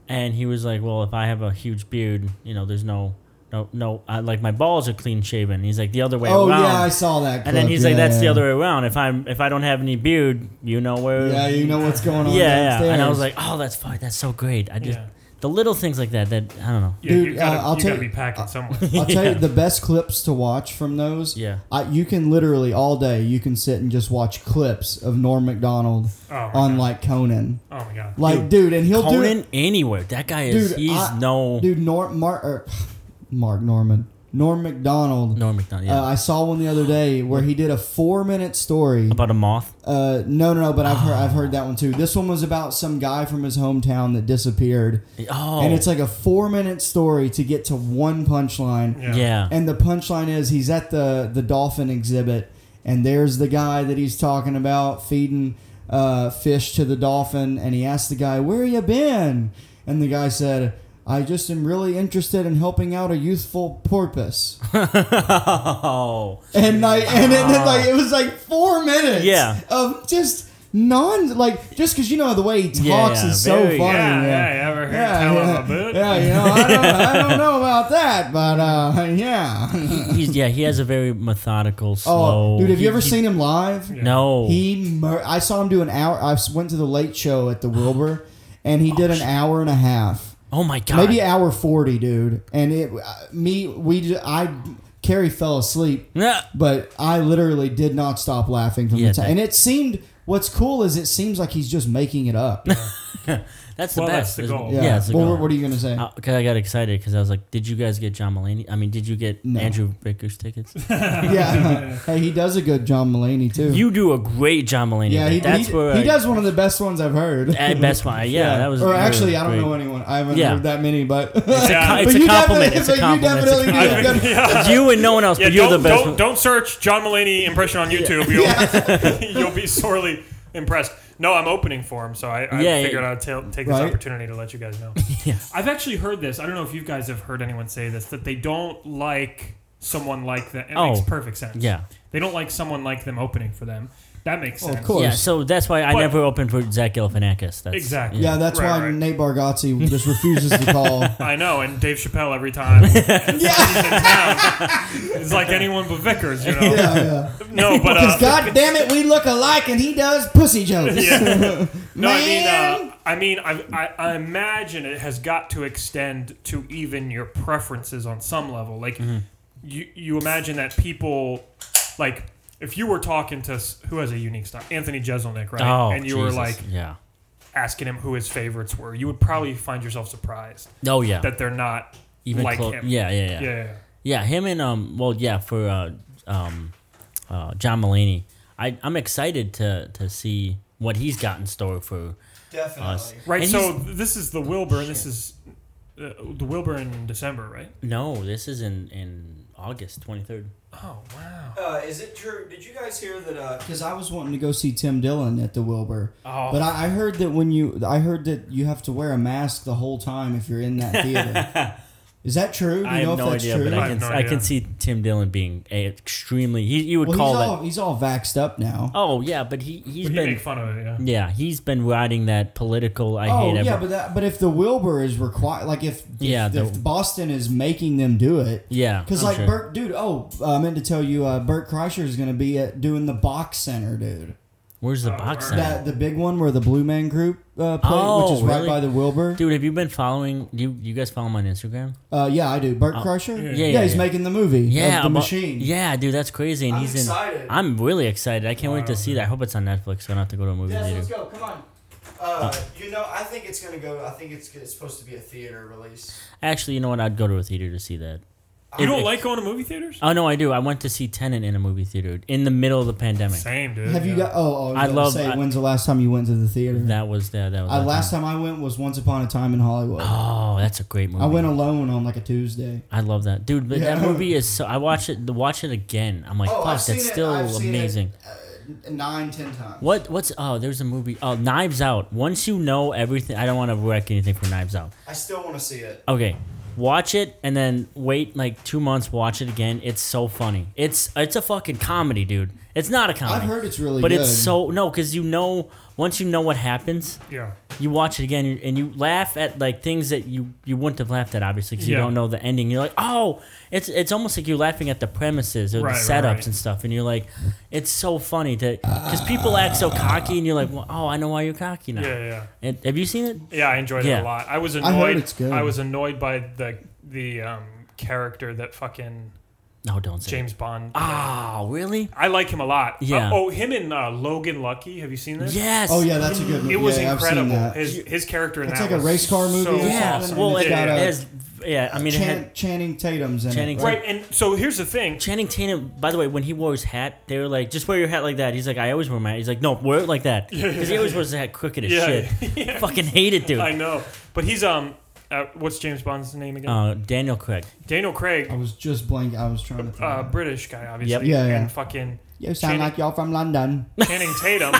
and he was like, well, if I have a huge beard, you know, there's no. No, no, I, like my balls are clean shaven. He's like the other way
Oh
around.
yeah, I saw that.
and then
clip.
he's like,
Yeah,
"That's the
yeah.
other way around. If I'm, if I don't have any beard, you know where
Yeah, you know what's going on.
yeah, yeah. And I was
downstairs.
like, oh, that's fine. That's so great. I just
Yeah.
the little things like that. That I don't know.
Yeah,
Dude,
you gotta,
uh, I'll
you
tell
gotta
you-
be packing somewhere.
I'll tell
Yeah.
you the best clips to watch from those.
Yeah.
I, you can literally all day you can sit and just watch clips of Norm Macdonald
Oh, my
on
God.
like Conan.
Oh my god.
Like dude, and he'll do
Conan
it.
anywhere. That guy is.
Dude,
he's
I-
no
Dude, Nor, Mark er, Mark Norman. Norm Macdonald.
Norm McDonald. Yeah.
Uh, I saw one the other day where he did a four-minute story.
About a moth.
Uh, no, no, no. But I've heard, I've heard that one too. This one was about some guy from his hometown that disappeared,
Oh.
and it's like a four-minute story to get to one punchline.
Yeah.
yeah.
And the punchline is he's at the the dolphin exhibit, and there's the guy that he's talking about feeding uh, fish to the dolphin, and he asked the guy, "Where you been?" And the guy said, "I just am really interested in helping out a youthful porpoise."
oh.
And like, and it, like it was like four minutes,
Yeah.
of just non like just because you know the way he talks
Yeah,
is so
very-
funny,
Yeah,
yeah.
yeah, yeah, ever heard
Yeah,
tell
yeah.
of a boot?
Yeah, you know, I don't, I don't know about that, but uh, yeah.
He's yeah. He has a very methodical, slow.
Oh, dude, have
he-
you ever
he-
seen him live?
No.
He, mur- I saw him do an hour. I s- went to the late show at the Wilbur, and he did an hour and a half,
oh my god.
maybe hour forty, dude. And it, uh, me, we, j- I, Carrie fell asleep,
Nah.
but I literally did not stop laughing from
Yeah,
the time.
that-
And it seemed, what's cool is it seems like he's just making it up. Yeah.
That's the
Well, that's
best.
the
There's-
goal.
Yeah. it's the
Well,
goal.
what, what are you gonna say?
Uh, 'cause I got excited because I was like, "Did you guys get John Mulaney? I mean, did you get Andrew Baker's tickets?
yeah. hey, he does a good John Mulaney too.
you do a great John Mulaney.
yeah,
bit.
he,
that's
he,
where
he
I-
does one of the best ones I've heard.
At best one. Yeah, that was.
Or
really
actually, I don't
great.
know anyone. I haven't
Yeah.
heard that many, but
It's a, co-
Yeah. But
it's a
you definitely-
compliment. It's a
but
compliment.
You
It's a
definitely
compliment.
do. You've done-
You and no one else,
Yeah,
but you're the
don't,
best.
don't, don't search John Mulaney impression on YouTube. You'll, you'll be sorely impressed. No, I'm opening for him, so I, I
Yeah, yeah.
figured I'd ta- take this
Right.
opportunity to let you guys know. I've actually heard this. I don't know if you guys have heard anyone say this that they don't like someone like that. It
Oh.
makes perfect sense.
Yeah.
they don't like someone like them opening for them. That makes
Oh, of
sense.
course.
Yeah, so that's why I
But-
never opened for Zach Galifianakis. That's,
Exactly.
Yeah, that's
Right,
why
right.
Nate Bargatze just refuses to call.
I know, and Dave Chappelle every time. yeah. It's like anyone but Vickers, you know.
yeah, yeah.
No, but uh,
Because God damn it, we look alike, and he does pussy jokes.
No, I
Man.
mean, uh, I mean, I, I, I imagine it has got to extend to even your preferences on some level. Like,
Mm-hmm.
you you imagine that people, like, if you were talking to s- who has a unique style, Anthony Jeselnik, right?
Oh,
and you were
Jesus.
like,
yeah,
asking him who his favorites were, you would probably find yourself surprised
Oh yeah,
that they're not
even
like
clo-
him.
Yeah, yeah, yeah,
yeah. yeah.
Yeah, him and um, well, yeah, for uh, um, uh, John Mulaney, I I'm excited to to see what he's got in store for
Definitely.
us.
Right.
And
so
he's-
this is the Wilbur, and this is uh, the Wilbur in December, right?
no, this is in in August 23rd.
Oh wow.
Uh, is it true? Did you guys hear that? uh, Because I was wanting to go see Tim Dillon at the Wilbur,
Oh.
but I, I heard that when you, I heard that you have to wear a mask the whole time if you're in that theater. is that true? Do you
I
know
have
if
no
that's
idea,
true?
but
I
I can
have no
I
idea.
can see Tim Dillon being a extremely. He, you would
well,
call
he's
that.
all he's all vaxxed up now.
Oh yeah, but he he's
But you
been Mm.
make fun of it, yeah.
yeah he's been riding that political. I
Oh
hate
yeah,
every-
but that, but if the Wilbur is required, like if, if-
Yeah,
if,
the-
Boston is making them do it,
yeah
because
I'm
like
sure.
Bert, dude. Oh, I meant to tell you, uh, Bert Kreischer is going to be at doing the Box Center, dude.
where's the box at?
That the big one where the Blue Man Group uh, played,
Oh,
which is right
really?
by the Wilbur.
Dude, have you been following? You you guys follow him on Instagram?
Uh, yeah, I do. Bert Kreischer.
Oh, yeah, yeah,
he's
yeah.
making the movie.
Yeah,
of the
but-
machine.
Yeah, dude, that's crazy. And
I'm
he's
excited.
in. I'm really excited. I can't wait to see that. I hope it's on Netflix. So I don't have to go to a movie
Yes, let's
theater.
go. Come on. Uh, you know, I think it's gonna go. I think it's, it's supposed to be a theater release.
Actually, you know what? I'd go to a theater to see that.
You
It-
don't
it-
like going to movie theaters?
Oh no, I do. I went to see Tenant in a movie theater in the middle of the pandemic.
Same, dude.
Have you
yeah.
got? Oh, oh
I
I, was
love-
love. Say,
I-
when's the last time you went to the theater?
That was the that was.
I,
that
Uh, last
time.
time I went was Once Upon a Time in Hollywood.
Oh, that's a great movie.
I went alone on like a Tuesday.
I love that, dude. But that
Yeah.
movie is so. I watch it. Watch it again. I'm like,
Oh,
fuck,
I've seen
that's
it.
still
I've seen it. uh,
amazing.
Nine, ten times.
What? What's? Oh, there's a movie. Oh, Knives Out. Once you know everything, I don't want to wreck anything for Knives Out.
I still want to see it.
Okay, watch it and then wait like two months. Watch it again. It's so funny. It's it's a fucking comedy, dude. It's not a comedy.
I've heard it's really
but
good.
it's so no, because you know once you know what happens,
Yeah.
you watch it again and- and you laugh at like things that you you wouldn't have laughed at obviously because
Yeah.
you don't know the ending. You're like, oh, it's it's almost like you're laughing at the premises or
Right,
the
right,
setups
right.
and stuff, and you're like, it's so funny to because people act so cocky and you're like, well, oh, I know why you're cocky now.
Yeah, yeah, yeah.
And, have you seen it?
Yeah, I enjoyed it
Yeah.
a lot. I was annoyed.
heard it's good.
I was annoyed by the the um, character that fucking
No, don't say.
James Bond.
Oh, really?
I like him a lot.
Yeah.
Uh, oh, him and uh, Logan Lucky. Have you seen this?
Yes.
Oh yeah, that's a good. movie.
It was
yeah,
incredible.
I've seen that.
His his character in
It's
that
like a
was
race car movie
so
or
Yeah,
something,
well,
and
it,
it's got
it
a-
has. Yeah, I mean, it
Chan-
had
Channing Tatum's in
Channing
it.
Right, and so here's the thing.
Channing Tatum. By the way, when he wore his hat, they were like, "Just wear your hat like that." He's like, "I always wear my." hat. He's like, "No, wear it like that," because he always wears that crooked as
Yeah,
shit. Fucking hate it, dude.
I know, but he's um, uh, what's James Bond's name again?
Uh, Daniel Craig.
Daniel Craig,
I was just blank. I was trying to. Think.
uh, British guy, obviously.
Yep.
Yeah, yeah.
And fucking
you sound
Channing-
like y'all from London.
Channing Tatum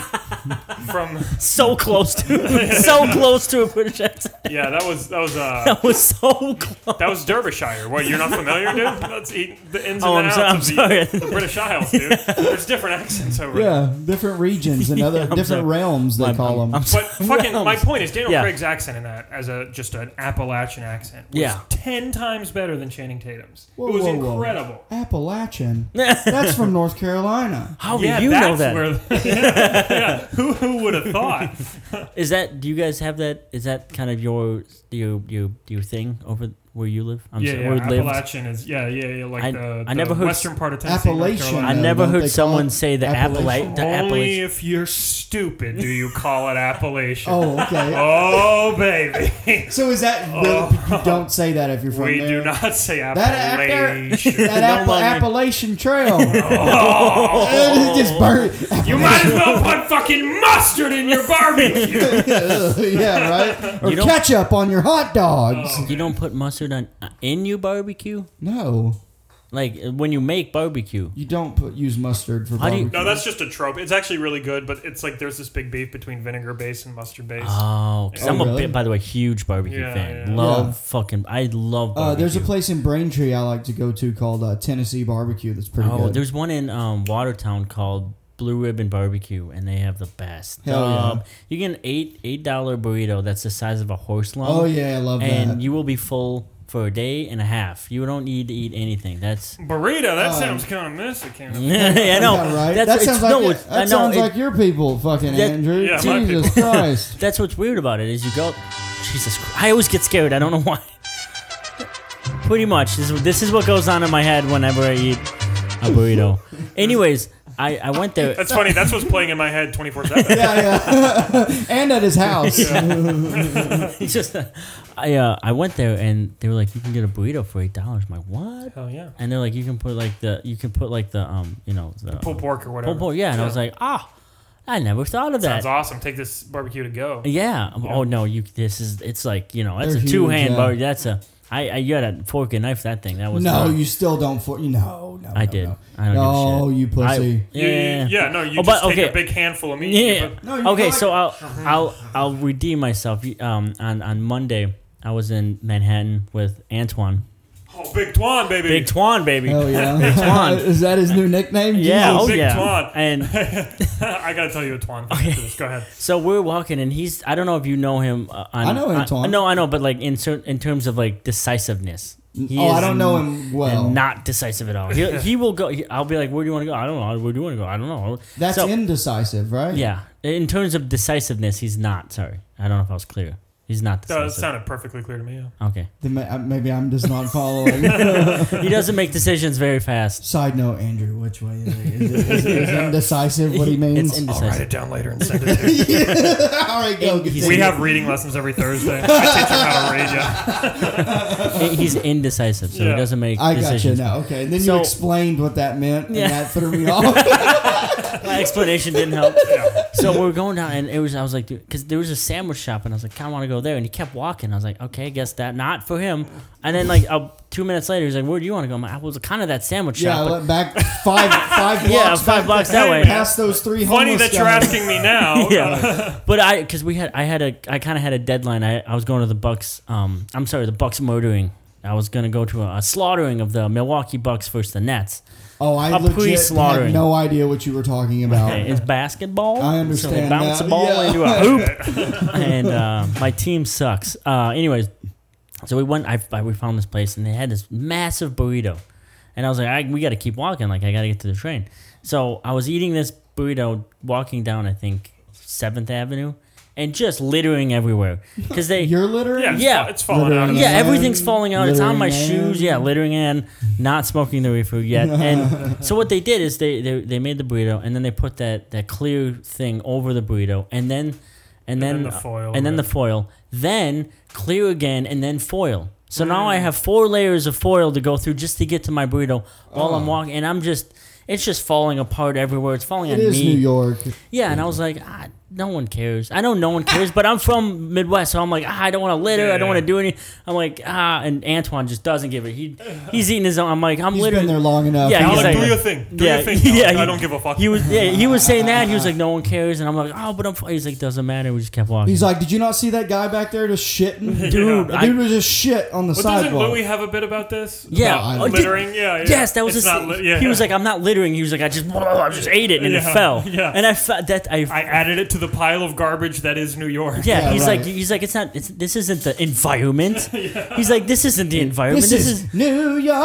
from
So close to, so close to a British accent.
yeah, that was that was uh,
That was so close.
that was Derbyshire. What you're not familiar, dude? That's he, the ins and
Oh, I'm
outs
so- I'm
of the,
sorry.
the British Isles, dude. There's different accents over there.
Yeah, different regions and other
I'm
different
sorry.
realms. They
I'm-
call
I'm-
them.
I'm
But fucking, my
Realms.
point is Daniel
Yeah.
Craig's accent in that, as a just an Appalachian accent, was
Yeah.
ten times better than Channing Tatum's.
Whoa,
it was
whoa, whoa.
incredible.
Appalachian. That's from North Carolina.
How
Yeah,
do Oh, you know
that's
that? Is
where- yeah, who who would have thought?
that? Do you guys have that? Is that kind of your your your your thing over where you live? I'm
Yeah,
sorry,
yeah,
where you live?
Appalachian is yeah, yeah, yeah. Like
I-
the,
I
the
never heard-
western part of Tennessee, North
Appalachian.
I
Carolina.
though,
never
don't
heard
they call
someone
it
say the
Appalachian?
Appala- the
Only
Appalachian.
if you're stupid do you call it Appalachian.
Oh, okay.
Oh, baby,
So is that
Oh.
really, you don't say that if you're from
we
there?
do not say
That app there-
Appalachian.
That Appa-
Nobody. Oh.
Appalachian Trail. It just burned.
you might as well put fucking mustard in your barbecue.
yeah, right. Or
You don't-
ketchup on your hot dogs.
You don't put mustard on uh, in your barbecue.
No,
Like uh, when you make barbecue.
you don't put use mustard for
How do you-
barbecue.
no, that's just a trope. It's actually really good, but it's like there's this big beef between vinegar base and mustard base.
Oh, 'cause I'm a
really?
bit, by the way, huge barbecue
Yeah,
fan.
yeah.
Love
Yeah.
fucking, I love. Barbecue.
Uh, there's a place in Braintree I like to go to called uh, Tennessee Barbecue. That's pretty
Oh,
good.
there's one in um, Watertown called Blue Ribbon Barbecue, and they have the best.
Hell yeah.
um, You get an eight eight dollar burrito that's the size of a horse lung.
oh yeah, I love
and
that.
you will be full for a day and a half. You don't need to eat anything. That's
Burrito.
Um,
That sounds kind of Mexican.
yeah, no,
Yeah, right?
that's
that
it's-
sounds like,
no,
it-
it's-
that
I know,
sounds
it-
like your people, fucking
That-
Andrew.
Yeah, my
Jesus Christ.
That's what's weird about it is you go, Jesus, Christ. I always get scared. I don't know why. Pretty much, this is, this is what goes on in my head whenever I eat a burrito. Anyways, I, I went there.
That's funny. That's what's playing in my head 24 7.
and at his house.
It's just I uh, I went there and they were like, you can get a burrito for eight dollars. I'm like, what?
Hell Oh, yeah.
And they're like, you can put like the you can put like the um you know the
Pulled pork or whatever.
pulled pork. Yeah, and I was like, ah, I never thought of that.
Sounds awesome. Take this barbecue to go.
Yeah. Oh no, you. This is. It's like you know. That's
They're
a
huge,
two hand
yeah.
bar. That's a. I, I. You had a fork and knife. That thing. That was.
No,
not-
you still don't. For you know, no,
I
no,
did.
No,
I don't
no
give a shit.
you pussy.
I,
You-
yeah.
you- yeah, no, you
Oh,
just
but-
take a
okay.
big handful of meat.
Yeah.
you put-
No, you
okay,
like-
so I'll I'll I'll redeem myself. You- Um, on on Monday I was in Manhattan with Antoine,
oh, Big Twan, baby.
Big Twan, baby.
Hell yeah!
Twan.
Is that his new nickname?
Yeah,
Jesus.
oh
Big
yeah.
Twan.
And
I got to tell you a Twan. thing after this. Go ahead.
so we're walking, and he's—I don't know if you know him. Uh, on,
I know
on-
Antoine.
no, I know, but like in cer- in terms of like decisiveness. He
Oh, I
is
don't know him well.
and not decisive at all. He, he will go. he- I'll be like, "Where do you want to go? I don't know. Where do you want to go? I don't know."
That's
So-
indecisive, right?
Yeah, in terms of decisiveness, he's not. Sorry, I don't know if I was clear. He's not
No, That
decisive.
sounded perfectly clear to me. Yeah.
okay,
Then ma- uh, maybe I'm just not following.
he doesn't make decisions very fast.
Side note, Andrew, which way is it? Is, it, is, it, is indecisive what he means?
It's
I'll write
indecisive.
it down later and send it to you.
All right, go.
He's-
continue.
We have reading lessons every Thursday. I teach them how to read. Yeah.
I- he's indecisive, so
Yeah.
he doesn't make
I got you
decisions.
now. Okay, and then
So-
you explained what that meant,
Yeah.
and that threw me off.
My explanation didn't help. So we were going down, and it was I was like, because there was a sandwich shop, and I was like, kind of want to go there, and he kept walking. I was like, okay, guess that not for him. And then like uh, two minutes later, he's like, where do you want to go? I'm like, I was kind of that sandwich
yeah, I
shop. but-
went back five five blocks.
yeah, five
back
blocks
there,
that way.
Past those three
Funny
homeless
that you're
guys.
asking me now.
yeah, but I because we had I had a I kind of had a deadline. I, I was going to the Bucks. Um, I'm sorry, the Bucks murdering. I was gonna go to a, a slaughtering of the Milwaukee Bucks versus the Nets.
Oh, I
A
legit had
pre-slaughtering.
no idea what you were talking about.
Okay, it's basketball.
I
So they
understand
bounce
now.
the ball
Yeah.
into a hoop, and uh, my team sucks. Uh, anyways, so we went. I, I we found this place, and they had this massive burrito, and I was like, I, we got to keep walking. Like I got to get to the train. So I was eating this burrito, walking down. I think Seventh Avenue, and just littering everywhere because they.
You're littering.
Yeah. It's,
Yeah.
It's falling out.
Literally.
yeah,
man,
everything's falling out. It's on my
littering man.
shoes. Yeah, littering and not smoking the reefer yet. And so what they did is they, they they made the burrito and then they put that that clear thing over the burrito and then and, then,
then the foil,
and then the
right.
foil, then clear again and then foil. So now I have four layers of foil to go through just to get to my burrito while I'm walking, and I'm just. It's just falling apart everywhere. It's falling
It
on
is
me.
New York.
Yeah, and I was like, ah, no one cares. I know no one cares, but I'm from Midwest, so I'm like, ah, I don't want to litter. I don't want to do any. I'm like, ah, and Antoine just doesn't give it. He he's eating his own. I'm like, I'm
He's
literally
been there long enough.
Yeah,
He's
he's
Alec,
like-
do your thing. Do your thing. Alec. I don't give a fuck.
He was yeah, he was saying that. He was like, no one cares, and I'm like, oh, but I'm. f-" He's like, doesn't matter. We just kept walking.
He's like, did you not see that guy back there just shitting?
dude,
the
I-
dude was just shit on the
But doesn't
sidewalk.
Louis have a bit about this?
yeah,
No, I-
oh, did-
Littering. Yeah. yeah.
Yes, that was
It's
a.
not li- yeah.
He was like, I'm not littering. He was like, I just, I just ate it and
Yeah,
it fell.
yeah.
and I felt that I
I added it to the pile of garbage that is New York.
Yeah,
Yeah,
he's
right.
like he's like it's not it's, this isn't the environment. He's like this isn't the environment.
this,
This,
is,
is,
New York.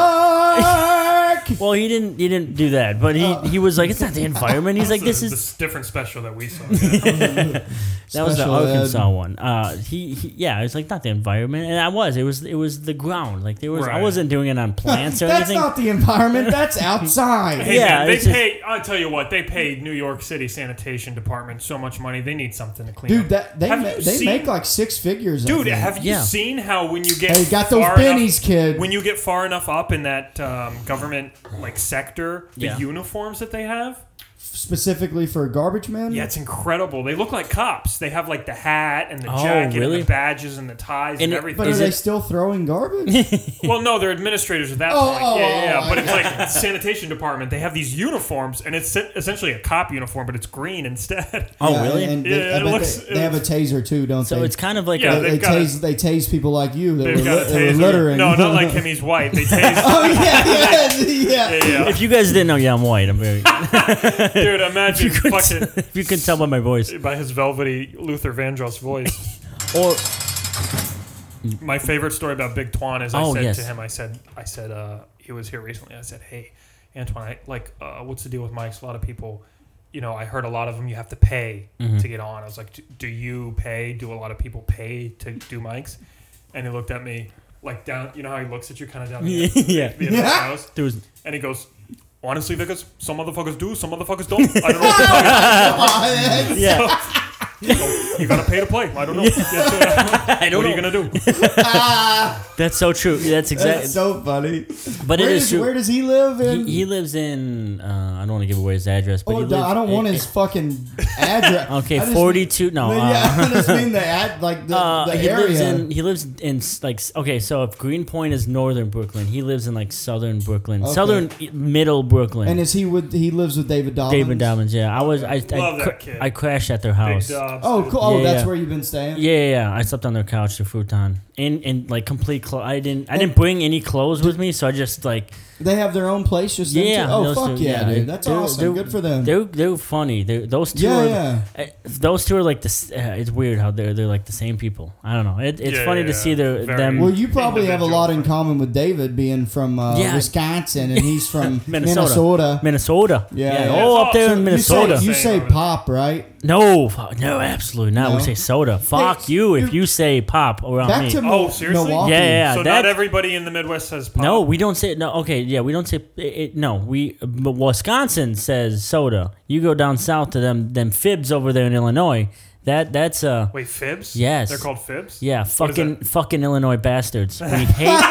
well, he didn't he didn't do that, but
Oh.
he he was like it's not the environment. He's like this is
This different special that we saw. Yeah.
that was the
Special ed.
Arkansas one. Uh, he, he yeah, it's like not the environment, and I was it was it was the ground. Like there was I
Right.
wasn't doing it on plants or
That's
anything.
not the environment. That's outside.
Hey,
Yeah,
man, they
it's just-
pay. I'll tell you what, they pay New York City sanitation department so much money. They need something to clean.
Dude,
up.
that they
Have
ma-
you
they
seen-
make like six figures. I
Dude,
think.
have you
Yeah.
seen how when you get
They got those
far enough-
bennies, kid.
When you get far enough up in that um, government like sector, the
Yeah.
uniforms that they have,
specifically for garbage men?
yeah, it's incredible. They look like cops. They have like the hat and the
Oh,
jacket
really?
and the badges and the ties
And
and,
it-
But
everything.
are
Is
they
it-
still throwing garbage?
well, no, they're administrators at that
Oh,
point.
oh,
yeah, yeah,
oh,
yeah. But it's like sanitation department. They have these uniforms, and it's essentially a cop uniform, but it's green instead.
oh
Yeah,
really?
And they,
Yeah,
I
it
bet
looks-
they, they have a taser too, don't
so
they?
it's kind of like
Yeah,
a,
they,
they've
they
got a-
tase they tase people like you that were,
They've got
lit-
a
that were
taser.
littering.
No, not like him. He's white. They taser.
oh yeah, yes, yeah.
Yeah, yeah.
if you guys didn't know, yeah, I'm white. I'm very.
Dude, imagine fucking
if you can tell by my voice,
by his velvety Luther Vandross voice.
or
My favorite story about Big Twan is I
Oh,
said
yes.
to him, I said, I said, uh, he was here recently. I said, hey, Antoine, I, like, uh, what's the deal with mics? A lot of people, you know, I heard a lot of them. You have to pay
Mm-hmm.
to get on. I was like, "Do- do you pay? Do a lot of people pay to do mics? And he looked at me like down. You know how he looks at you, kind of down. The,
yeah,
the end of his nose?
there was
and he goes, honestly, Vickers, some motherfuckers do, some motherfuckers don't. I don't know. What to tell
Oh,
you.
Yeah.
So, you gotta pay to play. I don't know. That's, uh, what are you gonna do?
That's so true. That's exactly.
That's so funny.
but
Where
it is
does-
true.
where does he live? In?
he, he lives in. Uh, I don't want to give away his address, but
Oh,
he
no,
lives,
I don't want
it-
his fucking address.
Okay,
I just-
42 no,
Yeah,
uh,
I just mean the ad, like the,
Uh,
the
he
area.
lives in he lives in s- like s- okay so if Greenpoint is northern Brooklyn he lives in like southern Brooklyn
Okay.
southern i- middle Brooklyn
and is he with? He lives with David Dobbins.
David Dobbins yeah I was I I,
Love that
cra-
kid.
I crashed at their house
Big
yeah,
Dobbs,
Oh,
dude.
cool. Oh,
Yeah,
that's
yeah.
where you've been staying.
yeah yeah I slept on their couch the futon in in like complete clo- I didn't I didn't bring any clothes with me so I just like
They have their own place. Just them
yeah
two? Oh,
those
fuck
two,
yeah, dude. That's
They're-
awesome.
they're-
Good for them.
they're they're funny they're, those two
Yeah,
are,
yeah.
uh, those two are like this uh, it's weird how they're they're like the same people I don't know it, it's
Yeah,
funny
yeah,
to
yeah.
see their,
Very.
them
Well, you probably have a
Individual.
lot in common with David, being from uh,
Yeah.
Wisconsin and he's from Minnesota.
Minnesota.
Yeah.
Yeah.
Yeah.
Oh, up there
So
in
you
You say,
Minnesota.
you say pop, right?
no, fuck, no, absolutely not.
No?
We say soda. Fuck
Hey,
you if
dude.
you say pop around
Back
me.
to
Oh, seriously?
Milwaukee.
yeah, yeah.
so
that-
not everybody in the Midwest says pop.
no, we don't say no. Okay, yeah, we don't say it, it- no. We but Wisconsin says soda. You go down south to them them fibs over there in Illinois. That that's uh
Wait, fibs?
Yes.
They're called fibs?
yeah
is
fucking fucking Illinois bastards. We hate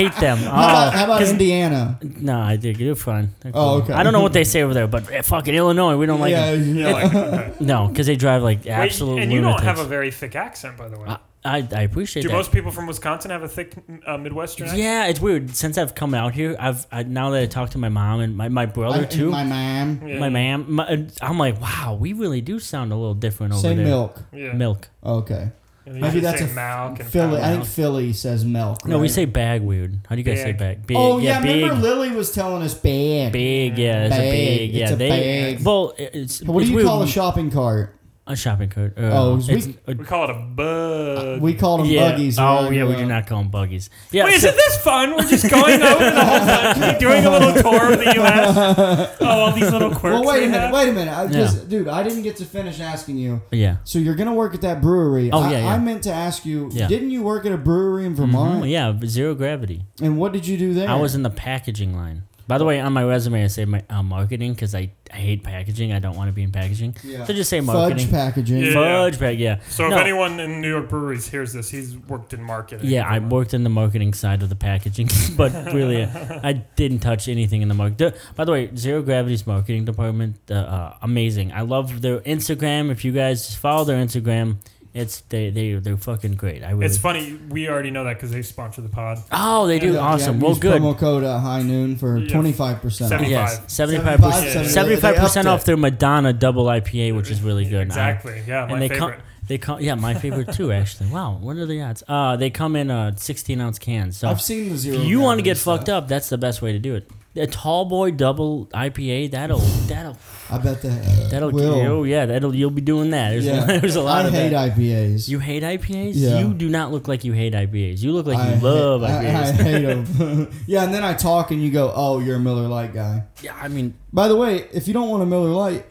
hate them. Oh,
How about, how about Indiana?
no, I think you're fine. They're
Oh,
cool.
okay.
I don't know what they say over there, but eh, fucking Illinois, we don't like
yeah,
them.
yeah.
Yeah, like, okay.
No, because they drive like absolute
And you don't
lunatics.
have a very thick accent, by the way.
I, I I appreciate
Do
that.
most people from Wisconsin have a thick uh, Midwestern accent?
yeah, it's weird. Since I've come out here, I've I, now that I talk to my mom and my, my brother
I-
too,
My
my,
mom.
Yeah.
mom, my, I'm like, wow, we really do sound a little different over
Say
there.
milk.
Yeah.
Milk.
Okay.
And
Maybe
you
that's
say
a
Malk and
Philly. I
Pound.
think Philly says milk.
No, we
right?
say bag weird. How do you guys say
Big.
bag? Big.
Oh yeah,
big.
remember Lily was telling us bag.
Big, yeah, it's a
Bag,
big, yeah.
it's a
they,
bag.
well, it- it's
What
it's
do you
weird.
call a shopping cart?
A shopping cart? Uh,
Oh, we-
it's- uh,
We call it a bug.
We called them
yeah.
buggies. uh,
Oh
around
yeah, we
here.
do not call them buggies. Yeah,
Wait,
so-
isn't this fun? We're just going over the whole country, doing a little tour of the U.S. Oh, all these little quirks.
Well, wait
we
a minute.
have.
Wait a minute. I just, dude, I didn't get to finish asking you.
yeah.
So you're gonna work at that brewery.
Oh,
I,
yeah, yeah.
I meant to ask you.
Yeah.
Didn't you work at a brewery in Vermont?
Oh, yeah, zero gravity.
And what did you do there?
I was in the packaging line. By the way, on my resume, I say my uh, marketing because I, I hate packaging. I don't want to be in packaging.
Yeah.
So just say marketing.
fudge packaging.
Yeah.
Fudge pack, yeah.
So,
No,
if anyone in New York breweries hears this, he's worked in marketing.
Yeah, I worked in the marketing side of the packaging, but really, I didn't touch anything in the market. By the way, Zero Gravity's marketing department, uh, uh, amazing. I love their Instagram. If you guys follow their Instagram, it's they they they're fucking great. I really.
It's funny. We already know that because they sponsor the pod.
oh, they do
Yeah,
awesome.
yeah,
well,
use
good.
Promo code at high noon for
Yeah.
twenty five percent.
Seventy-
Yes,
75,
75%,
78, they
75%
upped it.
off their Madonna double IPA, which is really good.
Exactly. Yeah,
I-
my
and they
favorite.
come, they come, yeah, my favorite too, actually. Wow, what are the odds? Uh, they come in uh, 16 ounce cans. So
I've seen the zero.
if you want to get
gravity
fucked up, that's the best way to do it. A tall boy double IPA, that'll that'll
stuff. I bet that
that'll
will.
oh yeah, that'll you'll be doing that. There's,
Yeah.
there's a lot
I
of
hate
that.
IPAs.
you hate IPAs?
Yeah.
You do not look like you hate IPAs. You look like
I
you love
hate,
IPAs.
I, I hate them. yeah, and then I talk and you go, "Oh, you're a Miller Lite guy."
yeah, I mean,
By the way, if you don't want a Miller Lite,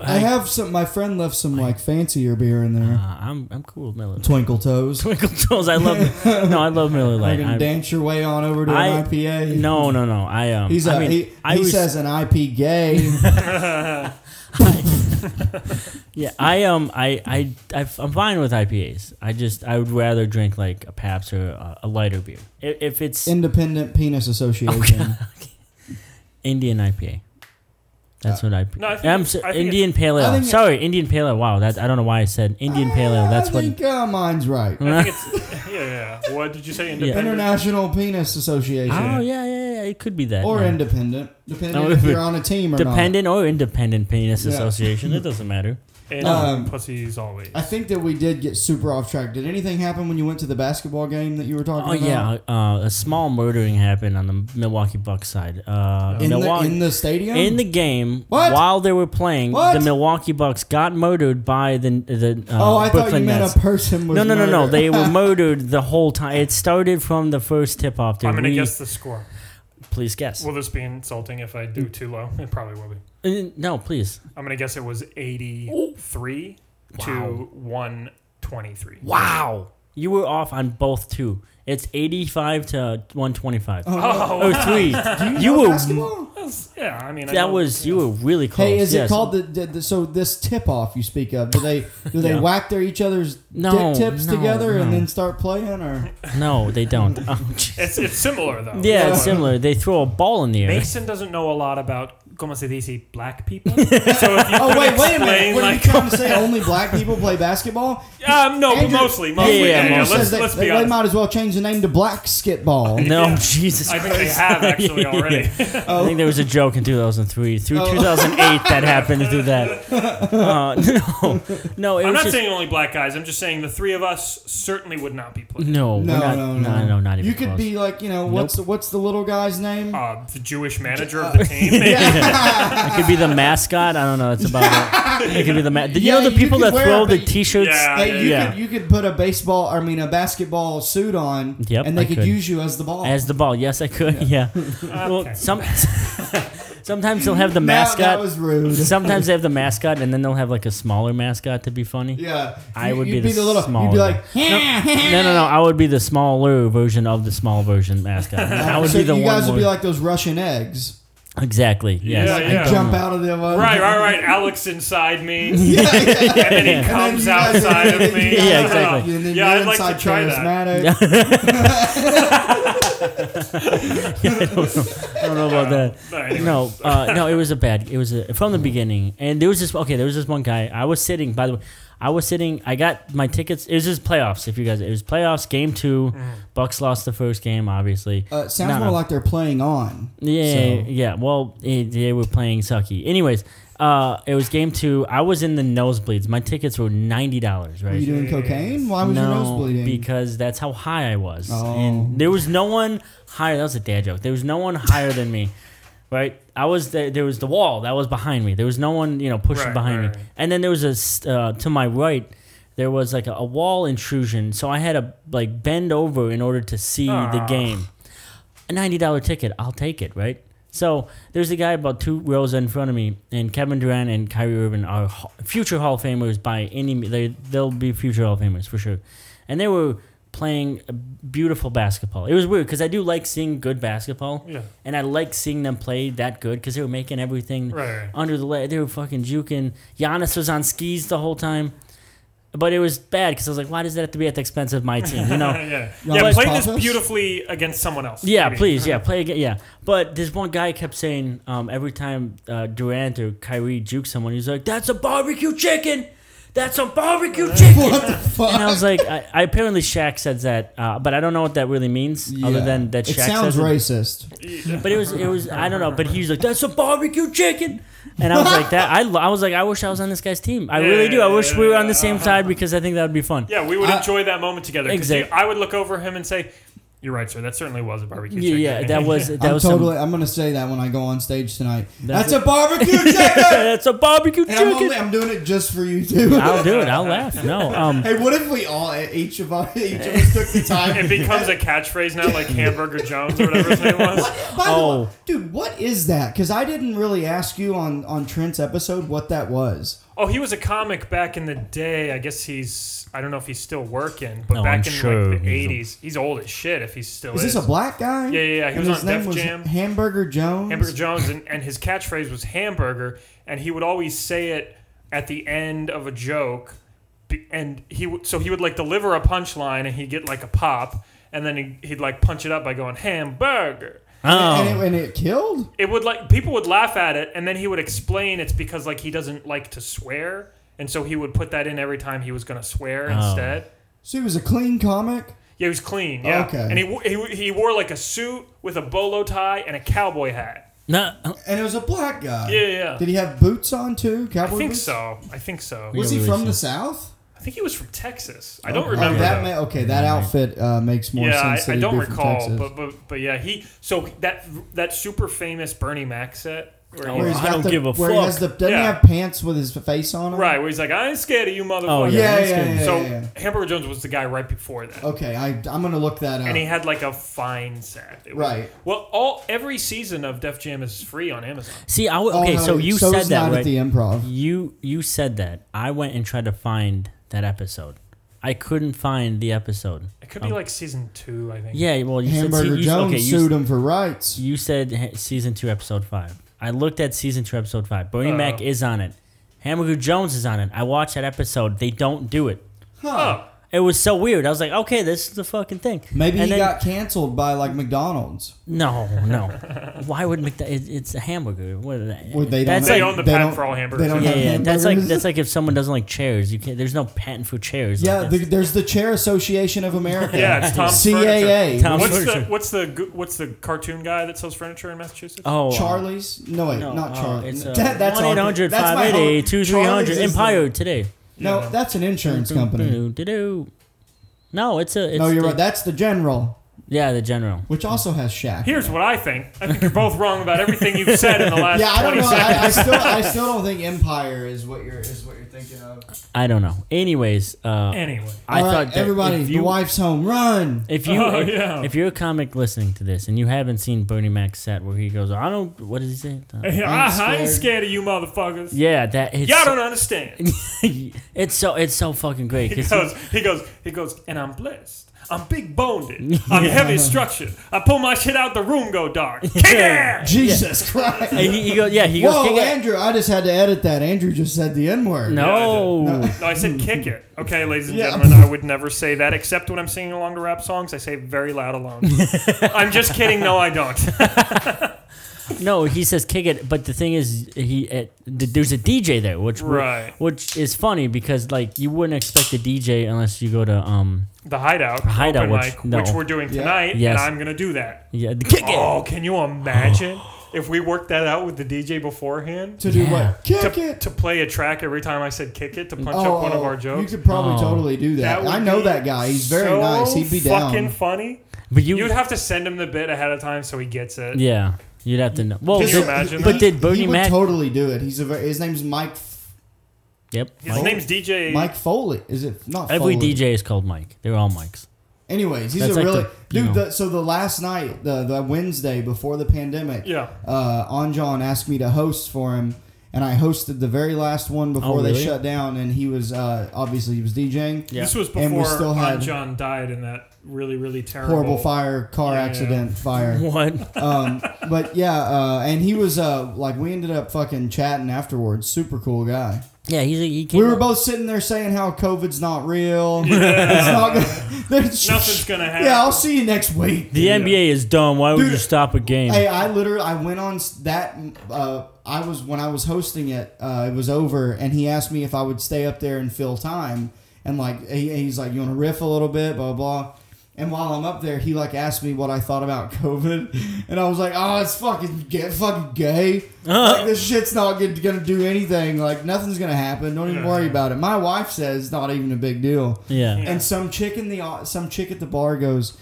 I,
I-
have some. My friend left some like fancier beer in
uh,
there.
I'm I'm cool with Miller.
Twinkle Toes.
Twinkle Toes, I love. no, I love Miller
You
Lite.
can
I-
dance your way on over to
I-
an IPA.
No, no, no. I um.
He's a,
I mean,
he,
I
he
was-
says an IP gay.
Yeah, I um, I I I- I'm fine with IPAs. I just I would rather drink like a Pabst or a, a lighter beer. If, if it's
Independent Penis Association.
Indian IPA, that's what I.
No, I think
I'm
it's-
so-
I think
Indian Pale
I
Ale.
think it-
Sorry, Indian Pale Ale. Wow, that I don't know why I said Indian Pale Ale. That's
I
what. Oh,
think uh, mine's right.
I think it's, yeah, yeah. What did you say? Independent.
International Penis Association.
Oh yeah, yeah, yeah. It could be that.
Or
yeah.
independent, depending
No,
if
if it-
you're on a team or
dependent or independent penis
Yeah.
association. It doesn't matter.
And
Um,
pussies always.
not. I think that we did get super off track. Did anything happen when you went to the basketball game that you were talking
Oh
about?
yeah, uh, a small murdering happened on the Milwaukee Bucks side. Uh,
In, the,
Milwaukee.
in the stadium?
in the game
What?
while they were playing,
What?
the Milwaukee Bucks got murdered by the the uh,
oh, I
Brooklyn
thought you meant
Nets.
a person was
no, no, no, no.
murdered.
They were murdered the whole time. It started from the first tip off.
I'm gonna guess the score.
Please guess.
Will this be insulting if I
Mm.
do too low? It probably will be.
Uh, no, please.
I'm gonna guess it was 83 to 123.
Wow. You were off on both two. It's 85 to 125.
Oh,
Oh, three. you were.
Basketball?
yeah. I mean, I
That
don't-
was you were really close.
Hey, is
Yes.
it called the, the, the- so this tip off you speak of? Do they do they
Yeah.
whack their each other's
No,
dick tips
no,
together and
no.
then start playing or
No, they don't. Oh, jeez.
It's, it's similar though.
yeah, it's similar. They throw a ball in the air.
Mason doesn't know a lot about como se dice black people. so if you
Oh wait,
could
wait a
explain,
minute. What are you
like,
trying to say? Only black people play basketball?
um, no, but
Andrew-
mostly, mostly.
Yeah, yeah,
Yeah, yeah,
mostly.
Says
Let's,
they,
let's
they
be honest.
might as well change the name to black skitball.
No,
Yeah.
Jesus.
I think they have actually
Yeah.
already.
I think there was a joke in 2003 through
Oh.
2008 that happened through that. Uh, no, no, it
I'm
was
not
just,
saying only black guys. I'm just saying the three of us certainly would not be playing.
no,
No,
we're not,
no, no,
no, no, not even.
You could
close.
be like, you know, what's what's the little guy's name?
Mm-hmm.
Uh, the Jewish manager of the team.
It could be the mascot. I don't know. That's about it. It could be the ma- you
Yeah,
know the
you
people
could
that
wear
throw
a
the
ba-
t-shirts.
Yeah.
Hey, you
yeah.
could you could put a baseball, I mean a basketball suit on,
Yep,
and they
I
could,
could.
use you as the ball.
As the ball, yes, I could. Yeah. Well, some sometimes they'll have the
Now- That
mascot.
was rude.
sometimes they have the mascot, and then they'll have like a smaller mascot to be funny.
Yeah,
I
You-
would be
you'd
the
little. You'd be
smaller
like,
No, no, no. I would be the smaller version of the small version mascot. I would
so
be the
you
one.
guys would
where-
be like those Russian eggs.
exactly. Yes.
Yeah,
I
yeah.
don't
Jump
know.
out of them.
Right, right, right. Alex inside me,
yeah, yeah, yeah.
and then he
you
comes
guys-
outside of me.
Yeah,
Yeah,
exactly.
And then
Yeah,
you're
I'd like
inside
to try that.
charismatic.
I don't know about that.
But anyway.
No, uh, no, it was a bad. It was a, from the beginning, and there was this. Okay, there was this one guy. I was sitting. By the way, I was sitting. I got my tickets. It was just playoffs. If you guys, it was playoffs. Game two, Bucks lost the first game. Obviously,
Mm-hmm. Uh, sounds
No,
more
no.
like they're playing on.
Yeah,
So-
yeah. Well, eh, they were playing sucky. Anyways, uh, it was game two. I was in the nosebleeds. My tickets were ninety dollars. Right?
Were you doing cocaine? Why was your nose bleeding?
because that's how high I was,
Oh.
and there was no one higher. That was a dad joke. There was no one higher than me, right? I was there. There was the wall that was behind me. There was no one, you know, pushing
Right,
behind
right,
me.
right.
And then there was a s- uh, to my right. There was like a, a wall intrusion, so I had to like bend over in order to see the
Ah.
game. A ninety dollar ticket, I'll take it, right? So there's a guy about two rows in front of me, and Kevin Durant and Kyrie Irving are ho- future Hall of Famers by any me- they they'll be future Hall of Famers for sure, and they were playing beautiful basketball. It was weird because I do like seeing good basketball,
Yeah.
and I like seeing them play that good because they were making everything
Right, right.
under the leg. They were fucking juking. Giannis was on skis the whole time. But it was bad because I was like, why does that have to be at the expense of my team? You know,
yeah,
want
yeah.
to
Play
pause
this
this?
beautifully against someone else.
Yeah,
Maybe.
please. Yeah, play again. Yeah. But this one guy kept saying um, every time uh, Durant or Kyrie jukes someone, he's like, that's a barbecue chicken. That's a barbecue chicken.
What the fuck?
And I was like, I, I apparently Shaq says that, uh, but I don't know what that really means other
Yeah.
than that Shaq
it sounds
says it.
racist.
But it was, it was, I don't know. But he was like, that's a barbecue chicken. And I was like, that, I, lo- I was like, I wish I was on this guy's team. I really do. I wish we were on the same side because I think that would be fun.
Yeah, we would
I-
enjoy that moment together. 'cause
Exact-
you- I would look over him and say, "You're right, sir. That certainly was a barbecue."
Yeah,
chicken."
yeah, that was, that
I'm
was some-
totally. I'm gonna say that when I go on stage tonight.
That's
That's, a barbecue chicken.
that's a barbecue
and I'm,
chicken.
only, I'm doing it just for you too.
I'll do it. I'll laugh. No. Um.
hey, what if we all each of us each of us took the time?
It becomes a catchphrase now, like Hamburger Jones or whatever his name was.
By the
Oh.
way, dude, what is that? Because I didn't really ask you on on Trent's episode what that was.
Oh, he was a comic back in the day. I guess he's. I don't know if he's still working, but
No,
back
I'm
in
sure
like
he's
the
a-
'80s, he's old as shit. If he still
Is
is.
this a black guy?
Yeah, yeah, yeah. He
And
was
his
on
name
Def
was
Jam.
Hamburger Jones.
Hamburger Jones, and, and his catchphrase was hamburger, and he would always say it at the end of a joke, be- and he would so he would like deliver a punchline, and he'd get like a pop, and then he'd, he'd like punch it up by going hamburger.
And,
Oh.
it, and it killed.
It would like people would laugh at it, and then he would explain it's because like he doesn't like to swear, and so he would put that in every time he was gonna swear instead.
So he was a clean comic.
Yeah, he was clean. Yeah,
Okay.
and he, wo- he wo- he wore like a suit with a bolo tie and a cowboy hat.
No.
And it was a black guy.
Yeah, yeah.
Did he have boots on too?
I
Cowboy
think
boots?
so. I think so.
Was
Yeah,
he
we
from
should.
the south?
I think he was from Texas. I don't remember.
Oh, that
though.
ma- okay, that
Mm-hmm.
outfit uh, makes more
yeah,
sense.
I, I
that he'd
don't
be from
recall,
Texas.
but, but but yeah, he so that that super famous Bernie Mac set where he
Oh,
Where
was,
he's
I
got
don't
the-
give a
where He
fuck.
has the, doesn't he
Yeah.
have pants with his face on him?
right where he's like, I ain't scared of you, motherfucker.
Oh, yeah.
Yeah,
that's
yeah,
good.
yeah,
So
yeah, yeah. Oh,
Hamburger Jones was the guy right before that,
Okay, I, I'm gonna look that up.
and he had like a fine set. It was-
Right.
well, all every season of Def Jam is free on Amazon.
See, I w-
Oh,
okay.
no,
so you
so
said
it's
that,
not
right?
at the improv.
you you said that. I went and tried to find that episode. I couldn't find the episode.
It could be like season two, I think.
Oh. Yeah, well, you said
Hamburger
se- you,
Jones
okay, you,
sued him for rights.
you said he- season two, episode five. I looked at season two, episode five. Bernie
Oh.
Mac is on it. Hamburger Jones is on it. I watched that episode. They don't do it.
Huh.
Oh,
It was so weird. I was like, okay, this is the fucking thing.
Maybe
And
he
then-
got canceled by like McDonald's.
no, no. Why would McDonald's? It's a hamburger. What is that?
Well, they don't
That's
have-
they
like,
own the
they
patent
don't-
for all
they
hamburgers.
don't
yeah,
have
yeah. That's like
hamburgers.
that's like if someone doesn't like chairs. You can't. There's no patent for chairs.
Yeah,
like
the,
that.
there's the Chair Association of America.
Yeah, it's Tom's
CAA.
Furniture.
Tom's
what's the
Furniture.
what's the gu- what's the cartoon guy that sells furniture in Massachusetts?
oh, uh,
Charlie's? No, wait,
no,
not
uh,
Charlie's.
It's uh,
That- that's
one
our-
800
that's my home- Charlie's
588 2300
is the-
Empire today.
No, that's an insurance company.
No, it's a. It's
No, you're
the-
right. That's the General,
Yeah, the general.
which also has Shaq.
Here's what I think. I think you're both wrong about everything you've said in the last
yeah, I don't
20
know.
seconds.
I, I still, I still don't think Empire is what you're is what you're thinking of.
I don't know. Anyways, uh,
Anyway.
I
All right,
thought that
everybody,
if you,
the wife's home. Run.
if you
Oh,
if,
yeah.
if you're a comic listening to this and you haven't seen Bernie Mac's set where he goes, I don't. What does he say? Uh,
Yeah, I, I ain't
scared.
scared of you motherfuckers.
yeah, that it's
Y'all don't understand.
it's so it's so fucking great.
He
'cause
goes, he goes, he goes, and I'm blessed. I'm big boned. I'm heavy structured. I pull my shit out, the room go dark. Kick
Yeah.
ass!
Jesus Christ.
he, he, he goes, yeah, he goes.
Whoa,
"Kick it."
Andrew! I just had to edit that. Andrew just said the N word.
No.
No, I said kick it. Okay, ladies and
Yeah.
gentlemen, I would never say that except when I'm singing along to rap songs. I say it very loud alone. I'm just kidding. No, I don't.
No, he says kick it, but the thing is, he uh, th- there's a DJ there, which w-
Right.
which is funny because like you wouldn't expect a DJ unless you go to um
The hideout, the
Hideout,
open
which-
mic,
no.
which we're doing
Yeah.
tonight,
Yes.
and I'm gonna do that.
yeah the kick
Oh, can you imagine if we worked that out with the DJ beforehand?
To do
Yeah.
what? Kick
to,
it. Oh,
to play a track every time I said kick it to punch up one of our jokes.
You could probably
Oh.
totally do that.
would
I know
be
that guy. He's very
so
nice. He'd be down.
fucking funny.
it, but you
You'd have to send him the bit ahead of time so he gets it.
yeah you'd have to know. Well,
Can you
the-
imagine
But
that?
did
he
Bernie
would
Mac?
totally do it. He's a very, his name's Mike F-
yep.
His
Mike.
name's DJ.
Mike Foley. Is it not
Every
Foley.
DJ is called Mike. They're all Mikes.
Anyways, he's
That's
a
like
really
the- you
dude.
know.
The, so the last night, the the Wednesday before the pandemic,
Yeah.
uh, Anjan asked me to host for him, and I hosted the very last one before they
Oh, really?
shut down. And he was uh, obviously he was DJing.
Yeah.
This was
And we
before
still had-
John died in that really, really terrible.
Horrible fire, car
Oh. Yeah, yeah,
accident, fire.
What?
um, but yeah, uh, and he was uh, like we ended up fucking chatting afterwards. Super cool guy.
yeah, he's a, he came
We were
up-
both sitting there saying how COVID's not real. It's not gonna, there's-
Nothing's gonna happen.
Yeah, I'll see you next week.
The NBA is dumb. Why would
Dude,
you stop a game?
Hey, I literally I went on s- that. Uh, I was when I was hosting it. Uh, it was over, and he asked me if I would stay up there and fill time. And like he, he's like, "You want to riff a little bit?" Blah blah. blah." And while I'm up there, he like asked me what I thought about COVID, and I was like, "Oh, it's fucking get fucking gay. Like, this shit's not good, gonna do anything. Like nothing's gonna happen. Don't even worry about it." My wife says it's not even a big deal.
yeah.
And some chick in the uh, some chick at the bar goes,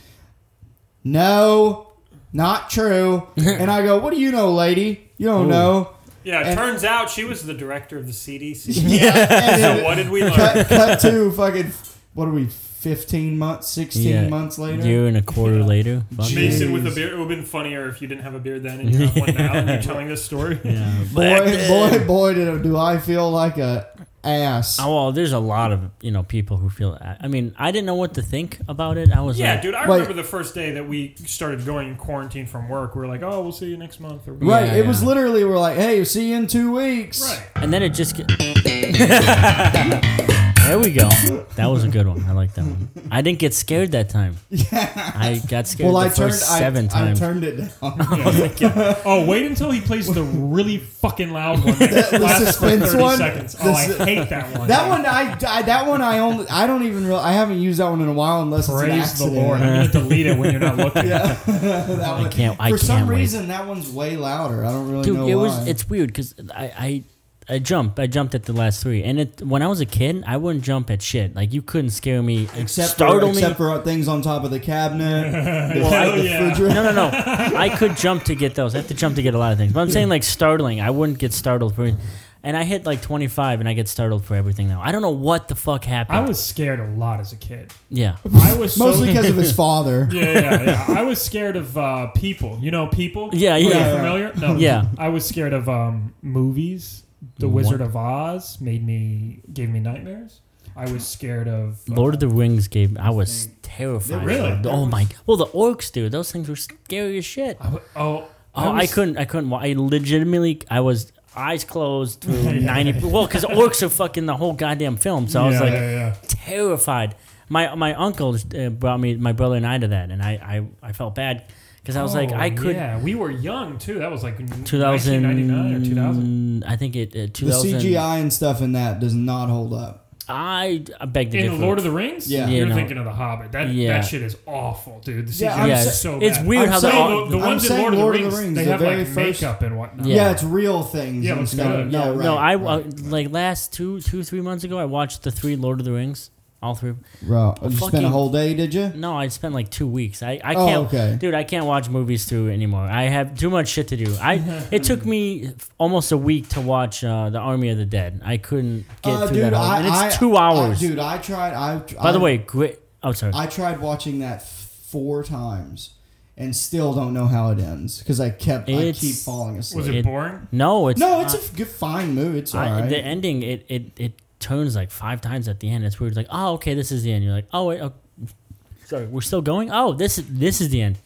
"No, not true." and I go, "What do you know, lady? You don't know."
Yeah, it
And-
turns out she was the director of the CDC.
Yeah. and
so
then
what did we learn?
cut, cut to fucking what are we? Fifteen months, sixteen
Yeah.
months later.
Year and a quarter later. Fuck
Jeez.
Mason with a beard. It would have been funnier if you didn't have a beard then and you have one now and you're telling this story.
yeah.
Boy, boy, boy, did, do I feel like a ass.
Oh, well, there's a lot of you know people who feel. I I mean, I didn't know what to think about it. I was
Yeah,
like,
dude, I
Wait.
remember the first day that we started going in quarantine from work. We were like, oh, we'll see you next month. Or
Right,
Yeah,
it was
yeah.
literally we're like, "Hey, see you in two weeks."
Right.
and then it just. Get, there we go. That was a good one. I like that one. I didn't get scared that time. Yeah. I got scared
Well,
the
I turned
first seven
I,
times.
I turned it down.
Oh, wait until he plays the really fucking loud one. That
the
lasts for
suspense
30
one?
Seconds.
The
Oh, I
su-
hate that one.
That one, I, I that one, I only, I don't even, real, I haven't used that one in a while unless it's an
Praise the
accident.
Lord. I'm going to delete it when you're not looking.
That one-
can't- I
for some
can't wait.
reason, that one's way louder. I don't really
dude
know
it
why.
was it's weird because I, I i jumped i jumped at the last three and it when i was a kid i wouldn't jump at shit like you couldn't scare me
except
startle
for,
me
except for things on top of the cabinet, the,
Hell
the
yeah.
refrigerator.
no no no i could jump to get those i have to jump to get a lot of things but i'm saying like startling i wouldn't get startled for and i hit like 25 and i get startled for everything now i don't know what the fuck happened
I was scared a lot as a kid.
yeah
I was so-
Mostly because of his father.
Yeah, yeah, yeah. I was scared of uh, people. You know, people.
Yeah,
Are you
yeah.
familiar? No.
Yeah.
I was scared of um, movies. The Wizard of Oz made me gave me nightmares. I was scared of. uh,
Lord of the Rings gave. I was terrified.
Really?
of it. Oh my! Well, the orcs, dude. Those things were scary as shit.
I w- oh,
Oh, I,
was-
couldn't. I couldn't. wa- I legitimately. I was eyes closed through ninety. Well, because orcs are fucking the whole goddamn film. So I was
Yeah,
like
yeah, yeah.
terrified. My my uncle uh, brought me my brother and I to that, and I I, I felt bad because I was like
Oh,
I could.
Yeah, we were young too. That was like 1999 or 2000.
2000 I think it uh,
The
2000
CGI and stuff in that does not hold up.
I, I beg to differ
In Lord of the Rings,
Yeah.
you're
Mm, Yeah, no.
thinking of the Hobbit. That
Yeah.
that shit is awful, dude. The CGI
Yeah, I'm
yeah,
is
sa-
so
it's
bad.
weird
I'm
how
saying
the,
No, the, the
I'm
ones in
saying
Lord of the Rings, they
the
have like
very first-
makeup and whatnot.
Yeah,
Yeah.
it's real things.
Yeah,
and
it's
stuff.
good.
Yeah, right,
no, I
right.
uh, like last two, two, three months ago. I watched the three Lord of the Rings, all three.
Bro, you spent
fucking-
a whole day, did you?
No, I spent like two weeks. I, I
Oh,
can't,
okay.
dude. I can't watch movies through anymore. I have too much shit to do. I it took me almost a week to watch uh, the Army of the Dead. I couldn't get
Uh,
through that. Whole, and it's two hours.
I- dude, I tried. I
By the
I-
way, great. Oh, sorry.
I tried watching that f- four times and still don't know how it ends because I kept I
It's-
keep falling
Was
asleep.
it,
It-
boring?
no, it's
no, it's
uh,
a good fine movie. It's
I-
alright.
Uh, the ending. It, it it turns like five times at the end. It's weird. It's like, oh, okay, this is the end. You're like, oh wait, oh, sorry, we're still going. Oh, this is this is the end.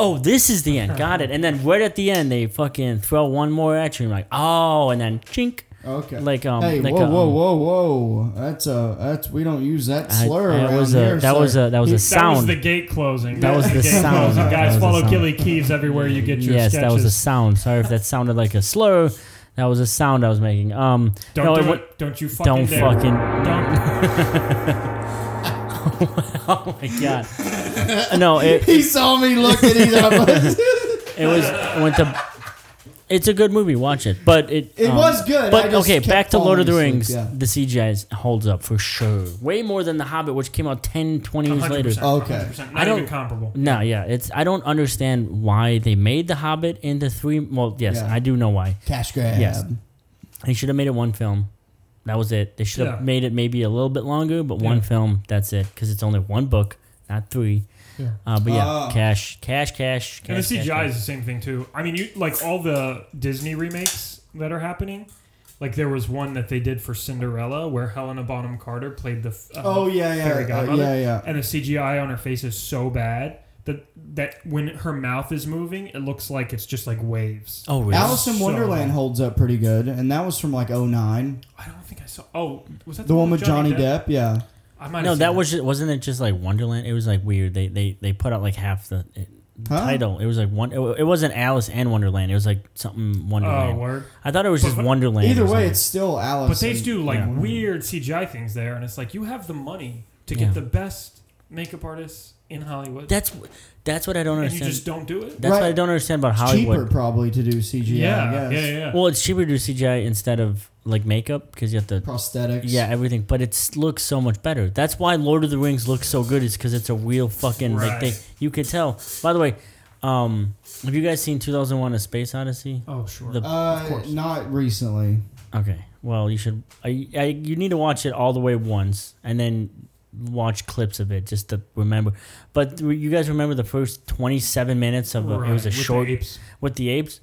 Oh, this is the end. Got it. And then right at the end, they fucking throw one more at you. And you're like, oh, and then chink.
Okay.
like, um,
hey,
like
whoa,
a,
whoa,
um,
whoa, whoa! That's a that's we don't use that
I-
slur
that
around
was
here.
a that was
sir.
a that was a
That was
sound.
the gate closing.
That was the
gate
sound.
Closing.
That was
Guys,
the
follow
sound.
Gilly Keeves everywhere you get your
yes,
sketches.
that was a sound. Sorry if that sounded like a slur. That was a sound I was making. Um,
Don't
no,
do
it wa-
it. Don't you fucking
Don't
dare.
fucking.
Don't.
Oh my god. no, it,
he saw me look at him.
it was it went to. It's a good movie. Watch it. But it
It
um,
was good, I
But
just
okay,
kept
back to Lord of the
falling
Rings.
asleep, yeah.
The CGI is- holds up for sure. Way more than The Hobbit, which came out 10, 20 years later.
100%,
Okay.
100%,
I
Not
don't-
even comparable.
No, yeah, it's I don't understand why they made The Hobbit into three. Well, yes,
Yeah.
I do know why.
Cash grab.
Yes. They should have made it one film. That was it. They should have
Yeah.
made it maybe a little bit longer, but one
Yeah.
film. That's it, because it's only one book, not three.
Yeah.
Uh, but yeah,
Ah.
cash, cash, cash, cash.
And the CGI
cash,
is the same thing too. I mean, you like all the Disney remakes that are happening. Like there was one that they did for Cinderella where Helena Bonham Carter played the f- uh,
Oh yeah, yeah,
fairy
uh,
godmother,
yeah, yeah.
and the CGI on her face is so bad that that when her mouth is moving, it looks like it's just like waves.
Oh, really?
Alice in
So-
Wonderland holds up pretty good, and that was from like 09.
I don't think I saw. Oh, was that
The one with Johnny Depp, yeah.
I might have
no,
seen
that was just, wasn't it just like Wonderland? It was like weird. They they they put out like half the it,
Huh?
title. It was like one. It, it wasn't Alice and Wonderland. It was like something
Oh,
Wonderland.
word.
I thought it was just
But-
Wonderland.
Either
or
way,
something.
it's still Alice.
But they
and-
do like
Yeah.
weird CGI things there, and it's like you have the money to
Yeah.
get the best makeup artists in Hollywood,
that's wh- that's what I don't
and you
understand.
just don't do it.
that's what I
Right.
don't understand about
It's
Hollywood.
cheaper probably to do CGI.
Yeah, yeah,
I
yeah,
guess.
yeah.
Well, it's cheaper to do CGI instead of like makeup because you have to
Prosthetics.
Yeah, everything. But it looks so much better. That's why Lord of the Rings looks so good. Is because it's a real fucking like they.
Right.
You could tell. By the way, um, have you guys seen 2001: A Space Odyssey?
oh, sure.
The-
Uh, not recently.
Okay, well you should. I, I you need to watch it all the way once, and then watch clips of it just to remember. But you guys remember the first 27
Oh,
minutes of a,
Right,
it was a
with the
short
apes.
with the apes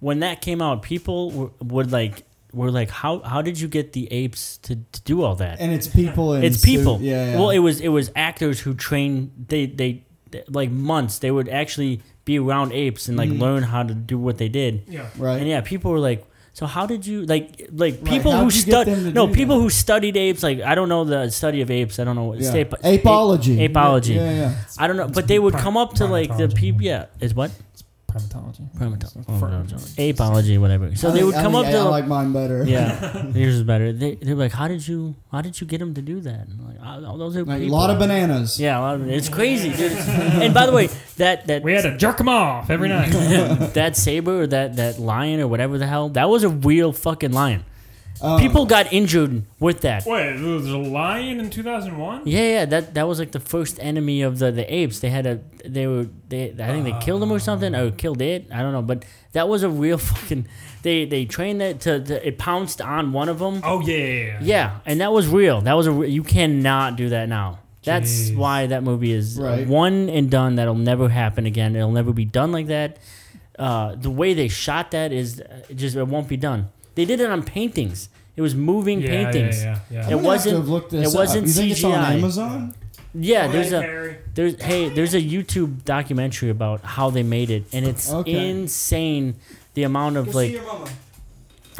when that came out people were, would like were like how how did you get the apes to, to do all that
And it's people. In
it's
suit-
people
Yeah, yeah.
well it was it was actors who trained they they like months they would actually be around apes and like
Mm.
learn how to do what they did
Yeah.
right.
and yeah, people were like, "So how did you like like people
how'd
who
you get them to
study no
do
people
that?
who studied apes like I don't know the study of apes I don't know
Yeah.
ape-
Apology.
ape- apology
Yeah, yeah.
I don't know but they would
Prim-
come up to like the
primatology.
people yeah is what
Primatology.
primatology
Fr-
apology whatever so
I
they
think-
would
I
come
think
up to
I
the-
like mine better.
yeah yours is better they they're like how did you how did you get him to do that And I'm like "Oh, oh, those are
Like, a
people."
lot of bananas.
yeah a lot of it's crazy dude and by the way that that
We had to jerk them off every night.
that saber or that that lion or whatever the hell that was a real fucking lion people got injured with that
Wait, there was a lion in 2001?
Yeah, yeah, that that was like the first enemy of the the apes. They had a they were they I think they killed him or something or killed it. I don't know, but that was a real fucking they they trained that to, to it pounced on one of them.
Oh, yeah, yeah, yeah.
Yeah, and that was real. That was a re- you cannot do that now. That's
Jeez.
why that movie is
Right.
one and done. That'll never happen again. It'll never be done like that. Uh, the way they shot that is uh, it just it won't be done. They did it on paintings. It was moving
Yeah, yeah,
paintings.
yeah, yeah.
It
I'm gonna have to
wasn't.
have looked this
it
up.
wasn't
You think it's on
CGI.
Amazon?
Yeah, there's
Hey,
a
Perry.
there's hey there's a YouTube documentary about how they made it, and it's
Okay.
insane the amount of like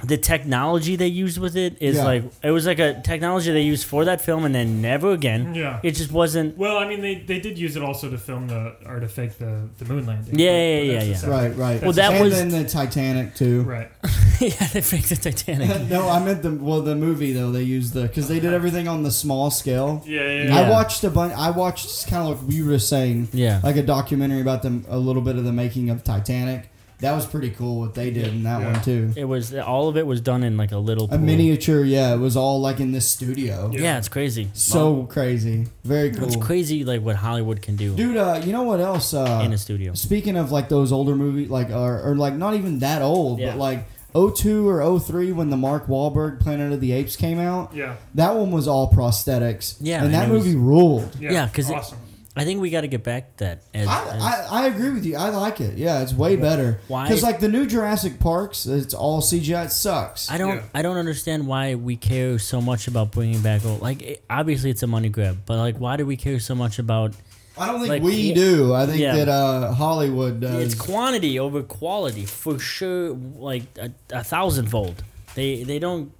the technology they used with it is
Yeah.
like it was like a technology they used for that film and then never again.
Yeah.
It just wasn't.
Well, I mean, they, they did use it also to film the or to fake the, the moon landing.
Yeah,
But
yeah, yeah,
that's a
yeah.
separate-
Right, right.
Well, that
and
was-
then the Titanic too.
Right.
yeah, they faked the Titanic.
no, I meant the well the movie though. They used the because they did everything on the small scale.
Yeah, yeah, yeah.
Yeah.
I watched a bunch. I watched kind of like we were saying,
Yeah.
like a documentary about them, a little bit of the making of Titanic. That was pretty cool what they did in that
Yeah.
one too.
it was all of it was done in like a little
A
pool.
miniature, yeah, it was all like in this studio.
Yeah, it's crazy.
So
Wow.
crazy, very cool,
it's crazy like what Hollywood can do
dude. Uh, you know what else? Uh,
in a studio.
Speaking of like those older movies, like or, or like not even that old,
Yeah.
but like 02 or 03 when the Mark Wahlberg Planet of the Apes came out.
Yeah.
That one was all prosthetics.
Yeah,
and
and
that
it was-
movie ruled.
Yeah.
Yeah, 'cause it-
awesome.
I think we got to get back to that. As, as-
I, I, I agree with you. I like it. Yeah, it's way better.
Why-
Because like the new Jurassic Parks, it's all CGI. It sucks.
I don't
Yeah.
I don't understand why we care so much about bringing back old like it, obviously it's a money grab but like why do we care so much about
I don't think
Like,
we
wh-
do. I think
yeah.
that uh, Hollywood does.
it's quantity over quality for sure like a, a thousandfold they they don't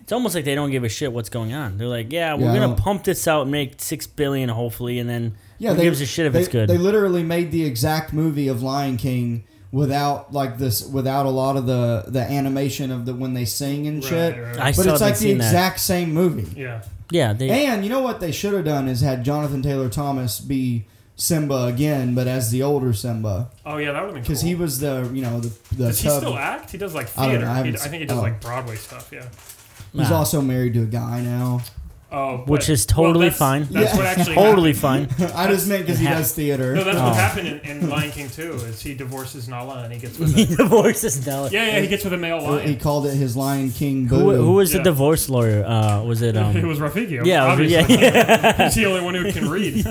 it's almost like they don't give a shit what's going on they're like yeah we're
Yeah, I
gonna
don't-
pump this out and make six billion hopefully and then
yeah,
who
they,
gives a shit if
they,
it's good
They literally made the exact movie of Lion King without like this, without a lot of the the animation of the when they sing and
Right,
shit.
right,
I
right.
But
still
it's like
haven't
the
seen that
exact same movie.
Yeah.
yeah they
And you know what they should have done is had Jonathan Taylor Thomas be Simba again, but as the older Simba,
Oh yeah, that would have been cool.
because he was the you know the the
does he
tub-
still act? He does like
I don't know,
theater. He-
I
I,
haven't s-
think he does
oh.
like Broadway stuff. Yeah.
He's
Nah.
also married to a guy now.
Oh, but-
Which is
well,
totally
that's-
fine.
That's
Yeah.
what actually
totally fine
I just meant because he
Yeah.
does theater.
No, that's what
Oh.
happened in, in Lion King too. Is he divorces Nala and he gets with
he
a,
divorces Della
yeah, yeah, he gets with a male
he
lion.
called it his Lion King boo.
who, who was the
Yeah.
divorce lawyer uh was it um
it was Rafiki.
yeah,
obviously.
yeah, yeah.
He's the only one who can read.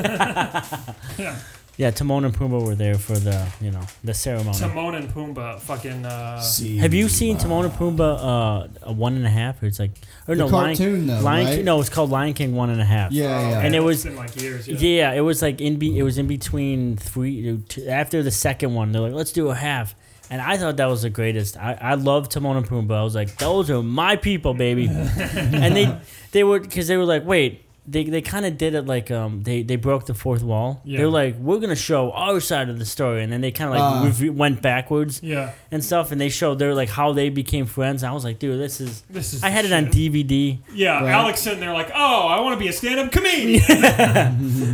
Yeah, Timon and Pumbaa were there for the you know the ceremony.
Timon and Pumbaa, fucking. Uh,
See,
Have you seen Timon and Pumbaa? Uh, a one and a half. Or it's like or
The
no
cartoon,
Lion,
though,
Lion
right?
King. No, it's called Lion King one and a half.
Yeah, yeah.
And it
oh, it's
was-
been like years. Yeah.
Yeah, it was like in be, it was in between three two, after the second one. They're like, let's do a half, and I thought that was the greatest. I, I love Timon and Pumbaa. I was like, those are my people, baby. and they they were because they were like, wait, they, they kind of did it like um they, they broke the fourth wall. They
Yeah.
were like, we're gonna show our side of the story, and then they kind of like
Ah.
reve- went backwards
Yeah.
and stuff, and they showed their like how they became friends. I was like, dude, this is.
This is.
I had it
the
on
shit.
DVD.
Yeah,
Right.
Alex sitting there like, oh, I want to be a stand-up comedian.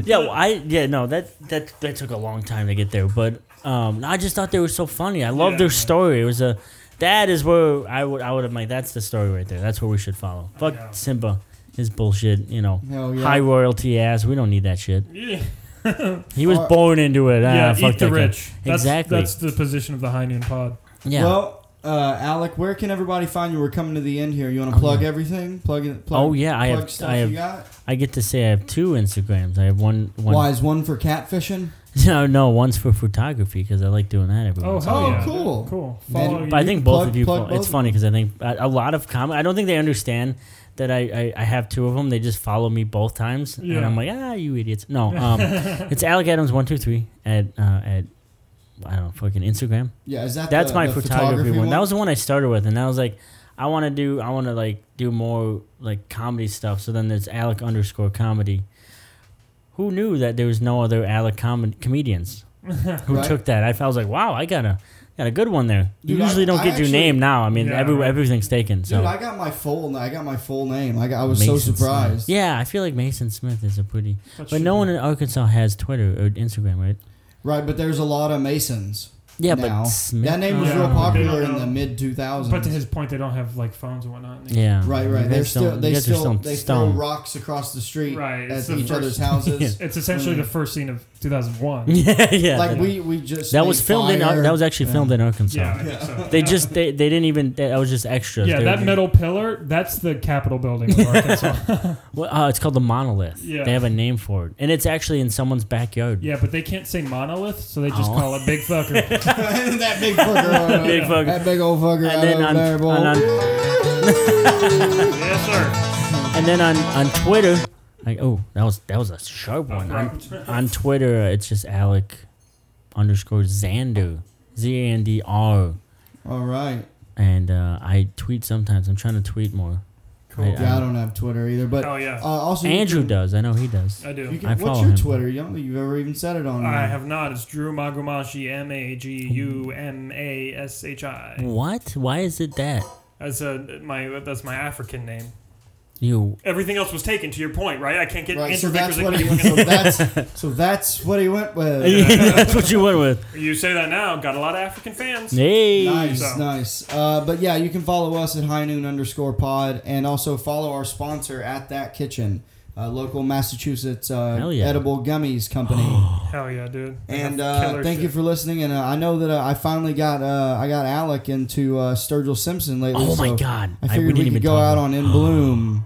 Yeah, well, I yeah no that that that took a long time to get there, but um, I just thought they were so funny. I love
Yeah.
their story. It was a that is where I would I would have like that's the story right there. That's where we should follow. Fuck
know.
Simba, his bullshit. You know,
Hell yeah.
high royalty ass. We don't need that shit.
yeah,
He was
Or-
born into it. Ah,
yeah
fuck
eat the
that guy.
rich. That's,
Exactly.
That's the position of the High Noon Pod.
yeah.
Well, uh, Alec, where can everybody find you? We're coming to the end here. You want to plug everything? Plug it. Plug,
Oh, yeah, I
plug
have-
Stuff
I have-
you got?
I get to say I have two Instagrams. I have one one.
Why is one for catfishing?
No, no, one's for photography because I like doing that every
Oh,
once in a
hell
Oh,
yeah.
cool.
Cool.
Man,
Follow
But I
you.
think both
Plug-
of you.
plug
fo-
both
it's
of
funny because I think a, a lot of com. I don't think they understand that I, I, I have two of them. They just follow me both times, and
Yeah.
I'm like, ah, you idiots. No, um, it's Alec Adams one two three at uh, at I don't know, fucking Instagram.
Yeah, is that
That's
the-
my
the
photography, one. That was the one I started with, and I was like, I want to do I want to like do more like comedy stuff. So then there's Alec underscore comedy. Who knew that there was no other Alec com- comedians who
Right.
took that? I, f- I was like, wow, I got a got a good one there. You
Dude, I-
usually don't
I
get
actually-
your name now. I mean,
Yeah,
every,
right.
everything's taken. So
Dude, I got my full. I got my full name. I, got, I was so
Mason
surprised.
Smith. Yeah, I feel like Mason Smith is a pretty.
That
But
should
no
be-
one in Arkansas has Twitter or Instagram, right?
Right, but there's a lot of Masons.
Yeah,
now.
but Smith.
that name was
Yeah.
real popular
Yeah.
in the mid 2000s.
But to his point, they don't have like phones and whatnot.
yeah,
right,
You
right.
guys
They're
don't-
still
you
they
guys are
still
still
they throw
stoned.
rocks across the street
Right,
at
it's the
each
first-
other's houses.
It's essentially
Mm.
the first scene of 2001.
yeah, yeah.
Like we we just
that was
made
filmed in Ar-
fire.
that was actually filmed in Arkansas.
Yeah, I think so.
They just they, they didn't even that was just extras.
yeah,
They
that
were-
metal pillar, that's the Capitol building of Arkansas.
Well, uh, it's called the monolith.
Yeah.
They have a name for it, and it's actually in someone's backyard.
yeah, but they can't say monolith, so they just
Oh.
call it Big Fucker.
that big fucker. over there.
Big fucker.
That big old fucker
And
out
then
over
on,
there, boy.
and on
Yes, sir.
And then on on Twitter, like oh that was that was a sharp one. On, on Twitter, uh, it's just Alec underscore Xander Z A N D R,
All right.
and uh, I tweet sometimes. I'm trying to tweet more.
Cool.
I-
Yeah, I don't have Twitter either, but
Oh, yeah.
uh, also you
Andrew
can-
does. I know he does.
I do.
You can,
I
what's
follow
your
him.
Twitter? You don't think you've ever even said it on.
I
there.
have not. It's Drew Magumashi, M A G U M A S H I.
What? Why is it that
That's a my that's my African name.
you?
Everything else was taken. To your point, right? I can't get
Right, so
Andrew
that's
Vickers-
what he went. So that's so that's what he went with.
That's what you went with.
You say that now. Got a lot of African fans.
Hey,
Nice,
So-
nice. Uh, but yeah, you can follow us at High Noon underscore Pod, and also follow our sponsor at That Kitchen, uh, local Massachusetts uh,
Hell yeah.
edible gummies company.
Hell yeah, dude.
and
That's
uh,
killer
thank you
shit.
for listening. And uh, I know that uh, I finally got uh, I got Alec into uh, Sturgill Simpson lately.
Oh my
so
God.
I
I- we
figured we,
didn't even
could go
talk
out
about-
on In Bloom.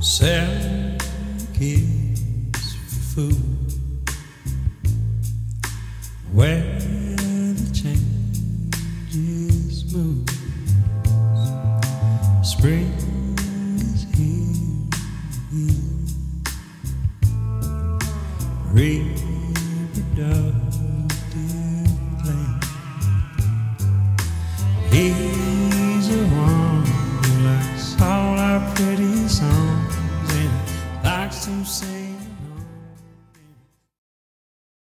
Sarah gives for food where the changes move. Spring is here. Reproductive plan. He's a one who likes all our pretty songs and likes to sing.